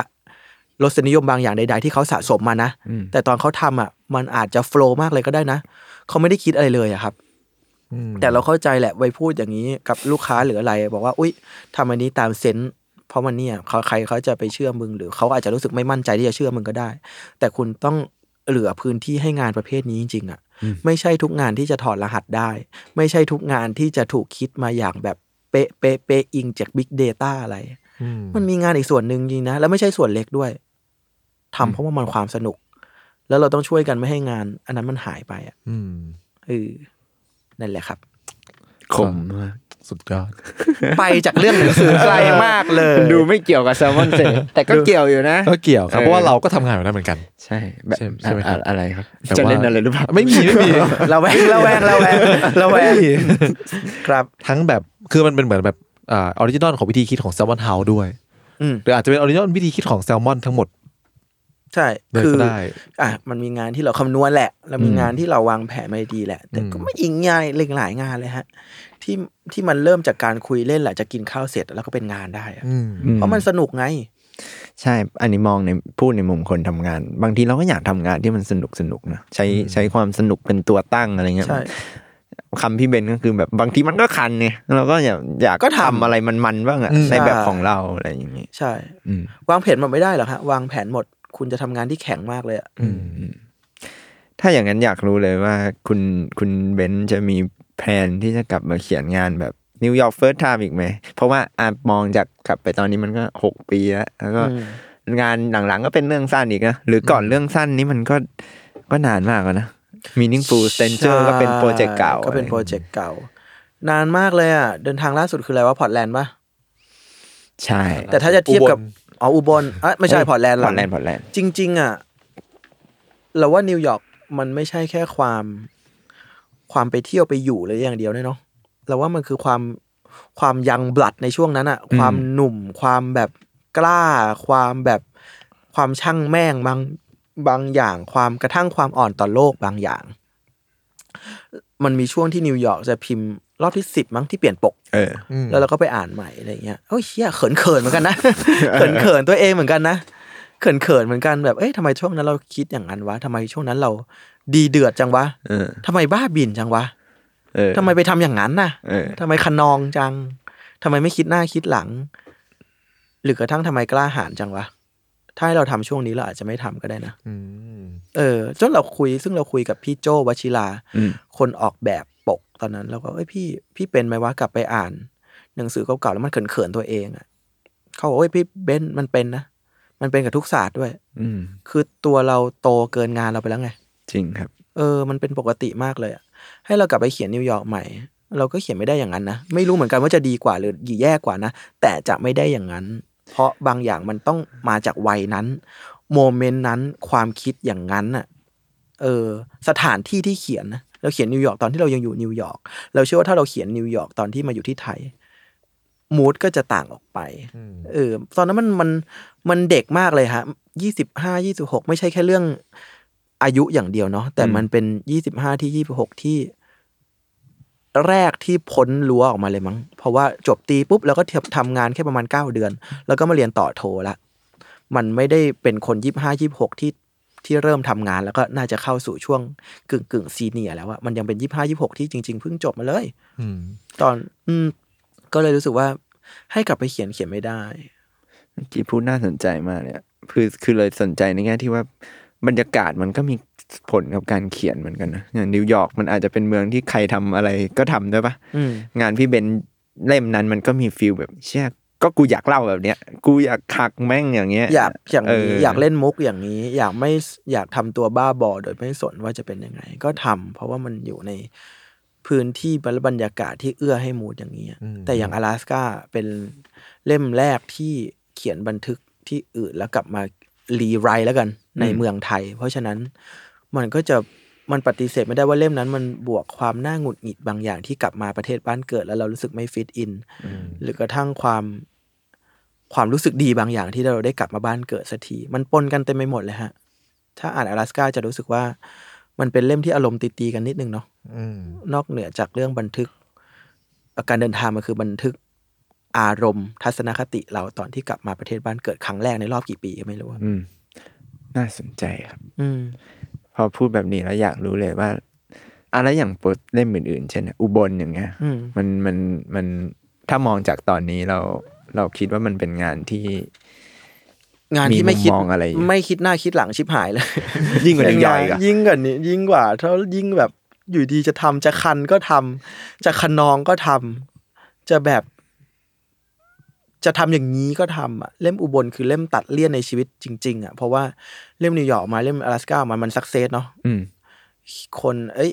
Speaker 8: รสนิยมบางอย่างใดๆที่เขาสะสมมานะ แต่ตอนเขาทำอ่ะมันอาจจะโฟล์มากเลยก็ได้นะ เขาไม่ได้คิดอะไรเลยอะครับ แต่เราเข้าใจแหละไปพูดอย่างนี้กับลูกค้าหรืออะไร บอกว่า อุ๊ยทำอันนี้ตามเซนส์เพราะมันเนี่ยเขาใครเขาจะไปเชื่อมึง หรือเขาอาจจะรู้สึกไม่มั่นใจที่จะเชื่อมึงก็ได้ แต่คุณต้องเหลือพื้นที่ให้งานประเภทนี้จริงๆอะ่ะ ไม่ใช่ทุกงานที่จะถอดรหัสได้ ไม่ใช่ทุกงานที่จะถูกคิดมาอย่างแบบเป๊ะเป๊ะเป๊ะอิงจาก Big Data อะไร มันมีงานอีกส่วนหนึ่งจริงนะ แล้วไม่ใช่ส่วนเล็กด้วยทำเพราะว่ามันความสนุก แล้วเราต้องช่วยกันไม่ให้งาน อันนั้นมันหายไปอ่ะ
Speaker 6: อืม
Speaker 8: เออนั่นแหละครับ
Speaker 7: ขมมาก
Speaker 6: สุดยอด
Speaker 8: ไปจากเรื่องหนังสือไกลมากเลย
Speaker 7: ดูไม่เกี่ยวกับแซลมอนเซแต่ก็เกี่ยวอยู่นะ
Speaker 6: ก็เกี่ยวครับ
Speaker 7: เออ
Speaker 6: เพราะว่าเราก็ทำงานแบบนั้นเหมือนกัน
Speaker 7: ใช่แบบ
Speaker 6: ใช่ใช่ไหมครับ
Speaker 7: อะอะไรครับ
Speaker 6: แต่ว่า
Speaker 7: จะเล่นอะไรหรือเปล่า
Speaker 6: ไม่มีไม่มี
Speaker 8: เราแวงเราแวงเราแวงเราแวงครับ
Speaker 6: ทั้งแบบคือมันเป็นเหมือนแบบออริจินอลของวิธีคิดของแซลมอนเฮาด้วย
Speaker 8: อืม
Speaker 6: หรืออาจจะเป็นออริจินอลวิธีคิดของแซลมอนทั้งหมด
Speaker 8: ใช่
Speaker 6: เลย
Speaker 8: คือ
Speaker 6: ก็ได้
Speaker 8: อ่ะมันมีงานที่เราคำนวณแหละ เรามีงานที่เราวางแผนมาดีแหละ แต่ก็ไม่อิงง่ายเล็งหลายงานเลยฮะ ที่ที่มันเริ่มจากการคุยเล่นแหละจะกินข้าวเสร็จแล้วก็เป็นงานได้อะ
Speaker 6: อืม
Speaker 8: เพราะมันสนุกไง
Speaker 7: ใช่ อันนี้มองในพูดในมุมคนทำงาน บางทีเราก็อยากทำงานที่มันสนุกสนุกนะใช้ใช้ความสนุกเป็นตัวตั้งอะไรเงี้ย
Speaker 8: ใช่
Speaker 7: คำพี่เบนก็คือแบบบางทีมันก็คันเนี่ยเราก็อยากอยาก
Speaker 8: ก็ทำ
Speaker 7: ำอะไรมันมันๆบ้างอะ
Speaker 6: อืม
Speaker 7: ในแบบของเราอะไรอย่างงี้
Speaker 8: ใช่
Speaker 7: อืม
Speaker 8: วางแผนหมดไม่ได้หรอกฮะ วางแผนหมด คุณจะทำงานที่แข็งมากเลยอะ
Speaker 7: ถ้าอย่างนั้นอยากรู้เลยว่าคุณคุณเบนจะมีแผนที่จะกลับมาเขียนงานแบบนิวยอร์กเฟิร์สไทม์อีกไหม เพราะว่าอะมองจากกลับไปตอนนี้มันก็หกปีแล้วแล้วก็งานหลังๆก็เป็นเรื่องสั้นอีกนะ หรือก่อนเรื่องสั้นนี้มันก็ก็นานมากแล้วนะมีนิ่งฟูสเตนเจอร์ก็เป็นโปรเจกต์เก่า
Speaker 8: ก็เป็นโปรเจกต์เก่า นานมากเลยอ่ะ เดินทางล่าสุดคืออะไรวะพอร์ตแลนด์ปะ
Speaker 7: ใช่
Speaker 8: แต่ถ้าจะเทียบกับอ๋ออุบลอ่ะไม่ใช่พอร์ตแลนด์หร
Speaker 7: พ
Speaker 8: ก
Speaker 7: อร์ตแลนด์พอร์ตแลนด์
Speaker 8: จริง ๆ อ่ะ เราว่านิวยอร์กมันไม่ใช่แค่ความ ความไปเที่ยวไปอยู่เลยอย่างเดียวเนี่ยเนาะเราว่ามันคือความความยังบลัดในช่วงนั้นอ่ะ ความหนุ่ม ความแบบกล้า ความแบบความช่างแม่งบางบางอย่าง ความกระทั่งความอ่อนต่อโลกบางอย่าง มันมีช่วงที่นิวยอร์กจะพิมพ์รอบที่สิบมั้งที่เปลี่ยนปก
Speaker 7: เออ
Speaker 8: แล้วเราก็ไปอ่านใหม่อะไรเงี้ยโอ้ยเชี่ยเขินเขินๆเหมือนกันนะ เขินเขินๆตัวเองเหมือนกันนะ เขินเขินๆเหมือนกันแบบเอ้ยทำไมช่วงนั้นเราคิดอย่างนั้นวะทำไมช่วงนั้นเราดีเดือดจังวะ
Speaker 7: เออ
Speaker 8: ทำไมบ้าบินจังวะ
Speaker 7: เออ
Speaker 8: ทำไมไปทำอย่างนั้นน่ะ
Speaker 7: เออ
Speaker 8: ทำไมขนองจังทำไมไม่คิดหน้าคิดหลัง หรือกระทั่งทำไมกล้าหาญจังวะ ถ้าให้เราทำช่วงนี้เราอาจจะไม่ทำก็ได้นะ
Speaker 6: อืม
Speaker 8: เออจนเราคุยซึ่งเราคุยกับพี่โจวชิรา คนออกแบบปกตอนนั้น แล้วก็เอ้ยพี่พี่เป็นไหมวะกลับไปอ่าน หนังสือเก่าๆแล้วมันเขินๆตัวเองอ่ะเขาบอกว่าเอ้ยพี่เบนซ์มันเป็นนะ มันเป็นกับทุกศาสตร์ด้วย
Speaker 7: อืม
Speaker 8: คือตัวเราโตเกินงานเราไปแล้วไง
Speaker 7: จริงครับ
Speaker 8: เออ มันเป็นปกติมากเลยอะให้เรากลับไปเขียนนิวยอร์กใหม่ เราก็เขียนไม่ได้อย่างนั้นนะ ไม่รู้เหมือนกันว่าจะดีกว่าหรือแย่กว่านะ แต่จะไม่ได้อย่างนั้น เพราะบางอย่างมันต้องมาจากวัยนั้น โมเมนต์นั้น ความคิดอย่างนั้นน่ะ เออ สถานที่ที่เขียนนะ เราเขียนนิวยอร์กตอนที่เรายังอยู่นิวยอร์ก เราเชื่อว่าถ้าเราเขียนนิวยอร์กตอนที่มาอยู่ที่ไทย มูดก็จะต่างออกไปเออตอนนั้นมันมันมันเด็กมากเลยฮะยี่สิบห้ายี่สิบหกไม่ใช่แค่เรื่องอายุอย่างเดียวเนาะแต่มันเป็นยี่สิบห้าที่ยี่สิบหกที่ แรกที่พ้นรั้วออกมาเลยมั้ง เพราะว่าจบตีปุ๊บแล้วก็เทียบทำงานแค่ประมาณเก้าเดือน แล้วก็มาเรียนต่อโทละ มันไม่ได้เป็นคนยี่ห้ายี่หกที่ที่เริ่มทำงาน แล้วก็น่าจะเข้าสู่ช่วงกึ่งกึ่งซีเนียร์แล้วอะมันยังเป็นยี่ห้ายี่หกที่จริง ๆ เพิ่งจบมาเลย
Speaker 6: อืม
Speaker 8: ตอนอืมก็เลยรู้สึกว่าให้กลับไปเขียนเขียนไม่ได้
Speaker 7: จีพูดน่าสนใจมากเนี่ย คือคือเลยสนใจในแง่ที่ว่าบรรยากาศมันก็มีผลกับการเขียนเหมือนกันนะอย่างนิวยอร์กมันอาจจะเป็นเมืองที่ใครทำอะไรก็ทำได้ปะ
Speaker 8: อืม
Speaker 7: งานพี่เบนเล่มนั้นมันก็มีฟิลแบบเชี่ยก็กูอยากเล่าแบบเนี้ย กูอยากขักแม่งอย่างเงี้ย
Speaker 8: อยากอย่าง
Speaker 7: เ
Speaker 8: นี้อยากเล่นมุกอย่างนี้ อยากไม่อยากทำตัวบ้าบอโดยไม่สนว่าจะเป็นยังไง ก็ทำเพราะว่ามันอยู่ในพื้นที่และบรรยากาศที่เอื้อให้มูดอย่างนี้อะแต่อย่าง阿拉斯าเป็นเล่มแรกที่เขียนบันทึกที่อื่นแล้วกลับมารีไรต์แล้วกันในเมืองไทย เพราะฉะนั้นมันก็จะมันปฏิเสธไม่ได้ว่าเล่มนั้น มันบวกความน่าหงุดหงิดบางอย่างที่กลับมาประเทศบ้านเกิดแล้วเรารู้สึกไม่ฟิตอินหรือกระทั่งความ ความรู้สึกดีบางอย่างที่เราได้กลับมาบ้านเกิดสักทีมันปนกันเต็มไปหมดเลยฮะ ถ้าอ่าน阿拉สกาจะรู้สึกว่า มันเป็นเล่มที่อารมณ์ตีๆกันนิดนึงเนาะ
Speaker 6: อืม
Speaker 8: นอกเหนือจากเรื่องบันทึกการเดินทางมันคือบันทึกอารมณ์ทัศนคติเราตอนที่กลับมาประเทศบ้านเกิดครั้งแรกในรอบกี่ปีก็ไม่รู้อะ
Speaker 7: อืมน่าสนใจครับ
Speaker 8: อืม
Speaker 7: พอพูดแบบนี้แล้วอยากรู้เลยว่าอะไรอย่างโปรเล่มอื่นๆ เช่น อุบลอย่างเงี้ย
Speaker 8: อืม
Speaker 7: มันมันมันถ้ามองจากตอนนี้เราเราคิดว่ามันเป็นงานที่
Speaker 8: งานที่ไม่คิด
Speaker 7: มีมุมมองอะไรอยู่
Speaker 8: ไม่คิดหน้าคิดหลังชิบหายเลย
Speaker 7: ยิ่งกว่านิวยอร์กอีกอะ
Speaker 8: ยิ่งกว่านี้ยิ่งกว่าถ้ายิ่งแบบอยู่ดีจะทำจะคันก็ทำจะขนองก็ทำจะแบบ จะทำอย่างนี้ก็ทำอ่ะเล่มอุบลคือเล่มตัดเลี่ยนในชีวิตจริง ๆ อ่ะ เพราะว่าเล่มนิวยอร์กมาเล่ม阿拉斯ก้ามันมันสักเซสเนาะ
Speaker 7: อืม
Speaker 8: คน เอ้ย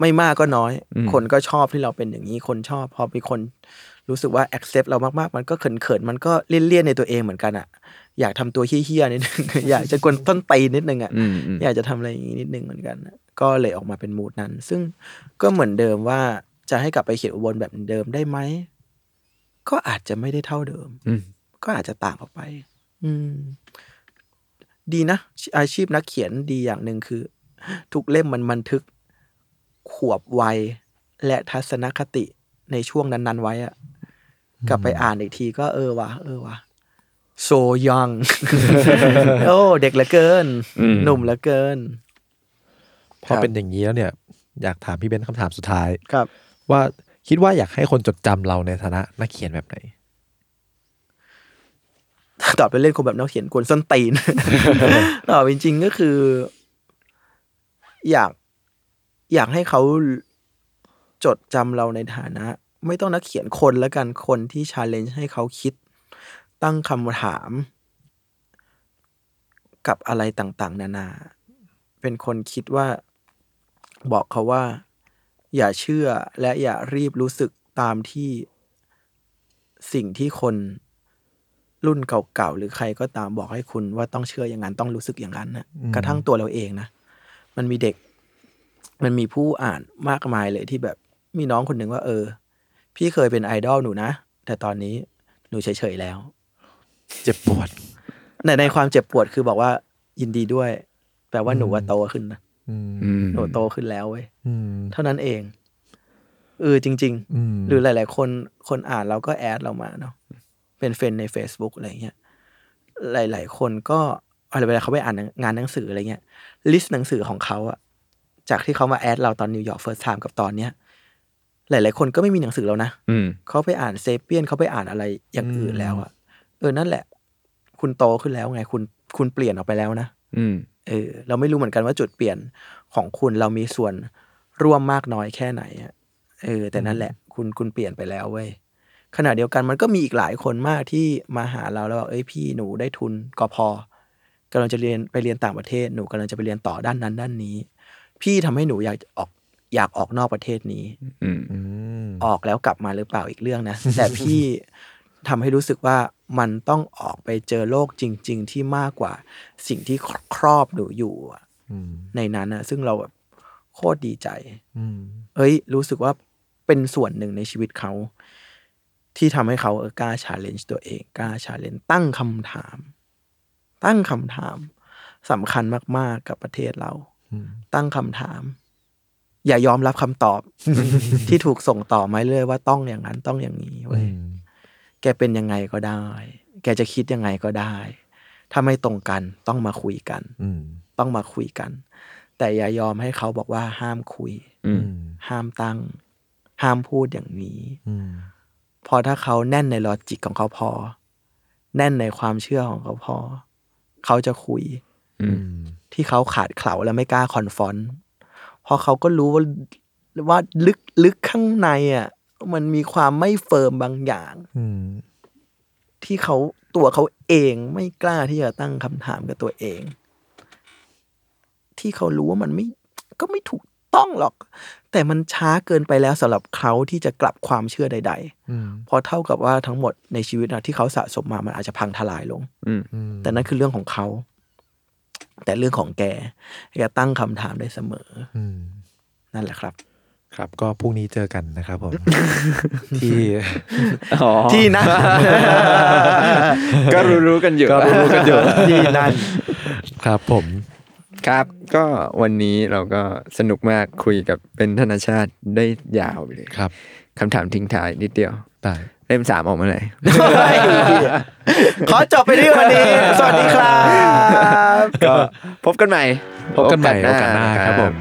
Speaker 8: ไม่มากก็น้อย คนก็ชอบที่เราเป็นอย่างนี้คนชอบพอมีคนรู้สึกว่า accept เรามากๆ มันก็เขินๆมันก็เลี่ยนๆในตัวเองเหมือนกันอ่ะ อยากทำตัวเฮี้ยๆนิดนึง อยากจะกวนต้นตีนนิดนึงอ่ะ
Speaker 7: อืมอืม
Speaker 8: อยากจะทำอะไรอย่างนี้นิดนึงเหมือนกันนะก็เลยออกมาเป็นมูดนั้น ซึ่งก็เหมือนเดิมว่าจะให้กลับไปเขียนอุบลแบบเดิมได้ไหม ก็อาจจะไม่ได้เท่าเดิม
Speaker 7: อืม
Speaker 8: ก็อาจจะต่างออกไป อืม ดีนะ อาชีพนักเขียนดีอย่างหนึ่งคือ ทุกเล่มมันบันทึก ขวบวัยและทัศนคติในช่วงนั้น ๆ ไว้อะกลับไปอ่านอีกทีก็เออวะเออวะ so young โอ้เด็กเหลือเกิน หนุ่มเหลือเกิน
Speaker 6: พอเป็นอย่างนี้แล้วเนี่ย อยากถามพี่เบนซ์คำถามสุดท้าย
Speaker 8: ครับ
Speaker 6: ว่าคิดว่าอยากให้คนจดจำเราในฐานะนักเขียนแบบไหน
Speaker 8: ตอบไปเล่นคงแบบนักเขียนกวนส้นตีน ตอบจริงๆก็คือ อยากอยากให้เขาจดจำเราในฐานะ ไม่ต้องนักเขียนคนแล้วกันคนที่ชาเลนจ์ให้เขาคิด ตั้งคำถาม กับอะไรต่างๆ นานา เป็นคนคิดว่า บอกเขาว่า อย่าเชื่อและอย่ารีบรู้สึกตามที่สิ่งที่คน รุ่นเก่าๆ หรือใครก็ตามบอกให้คุณว่าต้องเชื่ออย่างนั้น ต้องรู้สึกอย่างนั้นนะกระทั่งตัวเราเองนะ มันมีเด็ก มันมีผู้อ่านมากมายเลยที่แบบมีน้องคนหนึ่งว่า เออ พี่เคยเป็นไอดอลหนูนะ แต่ตอนนี้หนูเฉยๆแล้ว
Speaker 6: เจ็บปวด
Speaker 8: ในในความเจ็บปวดคือบอกว่ายินดีด้วย แปลว่าหนูว่าโตขึ้นนะ
Speaker 7: อืม
Speaker 8: หนูโตขึ้นแล้วเว้ย
Speaker 6: อืม
Speaker 8: เท่านั้นเองเออจริง
Speaker 6: อืม
Speaker 8: ๆ หรือหลาย ๆ คนคนอ่านเราก็แอดเรามาเนาะเป็นเฟรนด์ใน Facebook อะไรเงี้ยหลาย ๆ คนก็เวลาเขาไปอ่านงานหนังสืออะไรเงี้ยลิสต์หนังสือของเขาอะจากที่เขามาแอดเราตอนนิวยอร์กเฟิร์สไทม์กับตอนเนี้ยหลาย ๆ คนก็ไม่มีหนังสือแล้วนะ
Speaker 7: อืม
Speaker 8: เขาไปอ่านเซเปียนเขาไปอ่านอะไรอย่างอื่นแล้วอะเออนั่นแหละ คุณโตขึ้นแล้วไงคุณคุณเปลี่ยนออกไปแล้วนะ
Speaker 7: อืม
Speaker 8: เออเราไม่รู้เหมือนกันว่าจุดเปลี่ยนของคุณเรามีส่วนร่วมมากน้อยแค่ไหนอะเออ แต่นั่นแหละ คุณคุณเปลี่ยนไปแล้วเว้ยขณะเดียวกันมันก็มีอีกหลายคนมากที่มาหาเราแล้วบอกเอ้ยพี่หนูได้ทุนกพกำลังจะเรียนไปเรียนต่างประเทศหนูกำลังจะไปเรียนต่อด้านนั้น ด้านนี้ พี่ทำให้หนูอยากออกอยากออกนอกประเทศนี้
Speaker 7: อืม
Speaker 8: ออกแล้วกลับมาหรือเปล่าอีกเรื่องนะ แต่พี่ทำให้รู้สึกว่ามันต้องออกไปเจอโลกจริง ๆ ที่มากกว่า สิ่งที่ครอบหนูอยู่อะในนั้นนะซึ่งเราแบบโคตรดีใจเอ้ย รู้สึกว่าเป็นส่วนหนึ่งในชีวิตเขา ที่ทำให้เขาเออกล้าชาเลนจ์ตัวเองกล้าชาเลนจ์ตั้งคำถาม ตั้งคำถามสำคัญมาก ๆ กับประเทศเรา ตั้งคำถาม อย่ายอมรับคำตอบ ที่ถูกส่งต่อมาเรื่อยว่าต้องอย่างนั้นต้องอย่างนี้เว้ย แกเป็นยังไงก็ได้ แกจะคิดยังไงก็ได้ ถ้าไม่ตรงกันต้องมาคุยกัน
Speaker 6: อืม
Speaker 8: ต้องมาคุยกัน แต่อย่ายอมให้เขาบอกว่าห้ามคุย
Speaker 7: อืม
Speaker 8: ห้ามตั้ง ห้ามพูดอย่างนี้
Speaker 6: อืม
Speaker 8: พอถ้าเขาแน่นในลอจิกของเขาพอ แน่นในความเชื่อของเขาพอ เขาจะคุย
Speaker 7: อืม
Speaker 8: ที่เขาขาดเข่าและไม่กล้าคอนฟอนต์เพราะเขาก็รู้ว่าว่าลึกลึกข้างในอ่ะ มันมีความไม่เฟิร์มบางอย่าง
Speaker 6: อืม
Speaker 8: ที่เขาตัวเขาเองไม่กล้าที่จะตั้งคำถามกับตัวเอง ที่เขารู้ว่ามันไม่ ก็ไม่ถูกต้องหรอก แต่มันช้าเกินไปแล้วสำหรับเขาที่จะกลับความเชื่อใด
Speaker 6: อืม
Speaker 8: ๆ เพราะเท่ากับว่าทั้งหมดในชีวิตนะที่เขาสะสมมามันอาจจะพังทลายลง
Speaker 7: อืม
Speaker 8: แต่นั่นคือเรื่องของเขา แต่เรื่องของแกแกตั้งคำถามได้เสมออ
Speaker 6: ม
Speaker 8: นั่นแหละครับ
Speaker 6: ครับ ก็พรุ่งนี้เจอกันนะครับ ผม ที่
Speaker 7: อ๋อ
Speaker 8: ที่นั่น
Speaker 7: ก็รู้ๆกันอยู่
Speaker 6: ก็รู้ๆกัน อยู่
Speaker 7: ที่นั่น
Speaker 6: ครับผม
Speaker 7: ครับก็วันนี้เราก็สนุกมากคุยกับเป็นธนชาติได้ยาวไปเลย
Speaker 6: ครับ
Speaker 7: คำถามทิ้งท้ายนิดเดียว
Speaker 6: ได้
Speaker 7: เล่มสามออกมา ไหน
Speaker 8: ขอจบไปที่วันนี้ สวัสดีครับ
Speaker 7: ก็พบกันใหม่
Speaker 6: พบกันใหม่โอกาสหน้าครับ บผม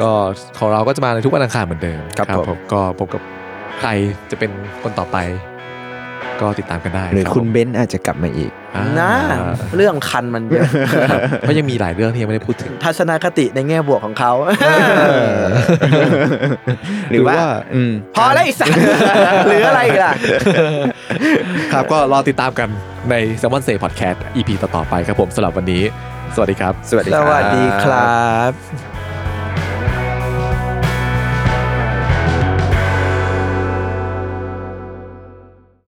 Speaker 6: ก็ของเราก็จะมาในทุกวันอังคารเหมือนเดิม
Speaker 7: ครับผม
Speaker 6: ก็พบกับใครจะเป็นคนต่อไป ก็ติดตามกันได้
Speaker 7: หรือ
Speaker 6: รับ
Speaker 7: คุณ
Speaker 6: ผม
Speaker 7: เบนซ์อาจจะกลับมาอีก
Speaker 6: อ่า
Speaker 8: นะเรื่องคันมันเยอะ
Speaker 6: ครับก็ยังมีหลายเรื่องที่ยังไม่ได้พูดถึง
Speaker 8: ทัศนคติในแง่บวกของเขา
Speaker 7: หรือ
Speaker 6: ห
Speaker 7: ว่า
Speaker 6: รือว่า
Speaker 7: อืม
Speaker 8: พอแล้วไอีสัตว์ หรืออะไรอีกล่ะ
Speaker 6: ครับก็รอติดตามกันใน s ซ l m o n Say Podcast EP ต่อๆไปครับผมสำหรับวันนี้ สวัสดีครับ
Speaker 7: สวัสดี
Speaker 8: ส
Speaker 7: ครับ
Speaker 8: วัสดีครับ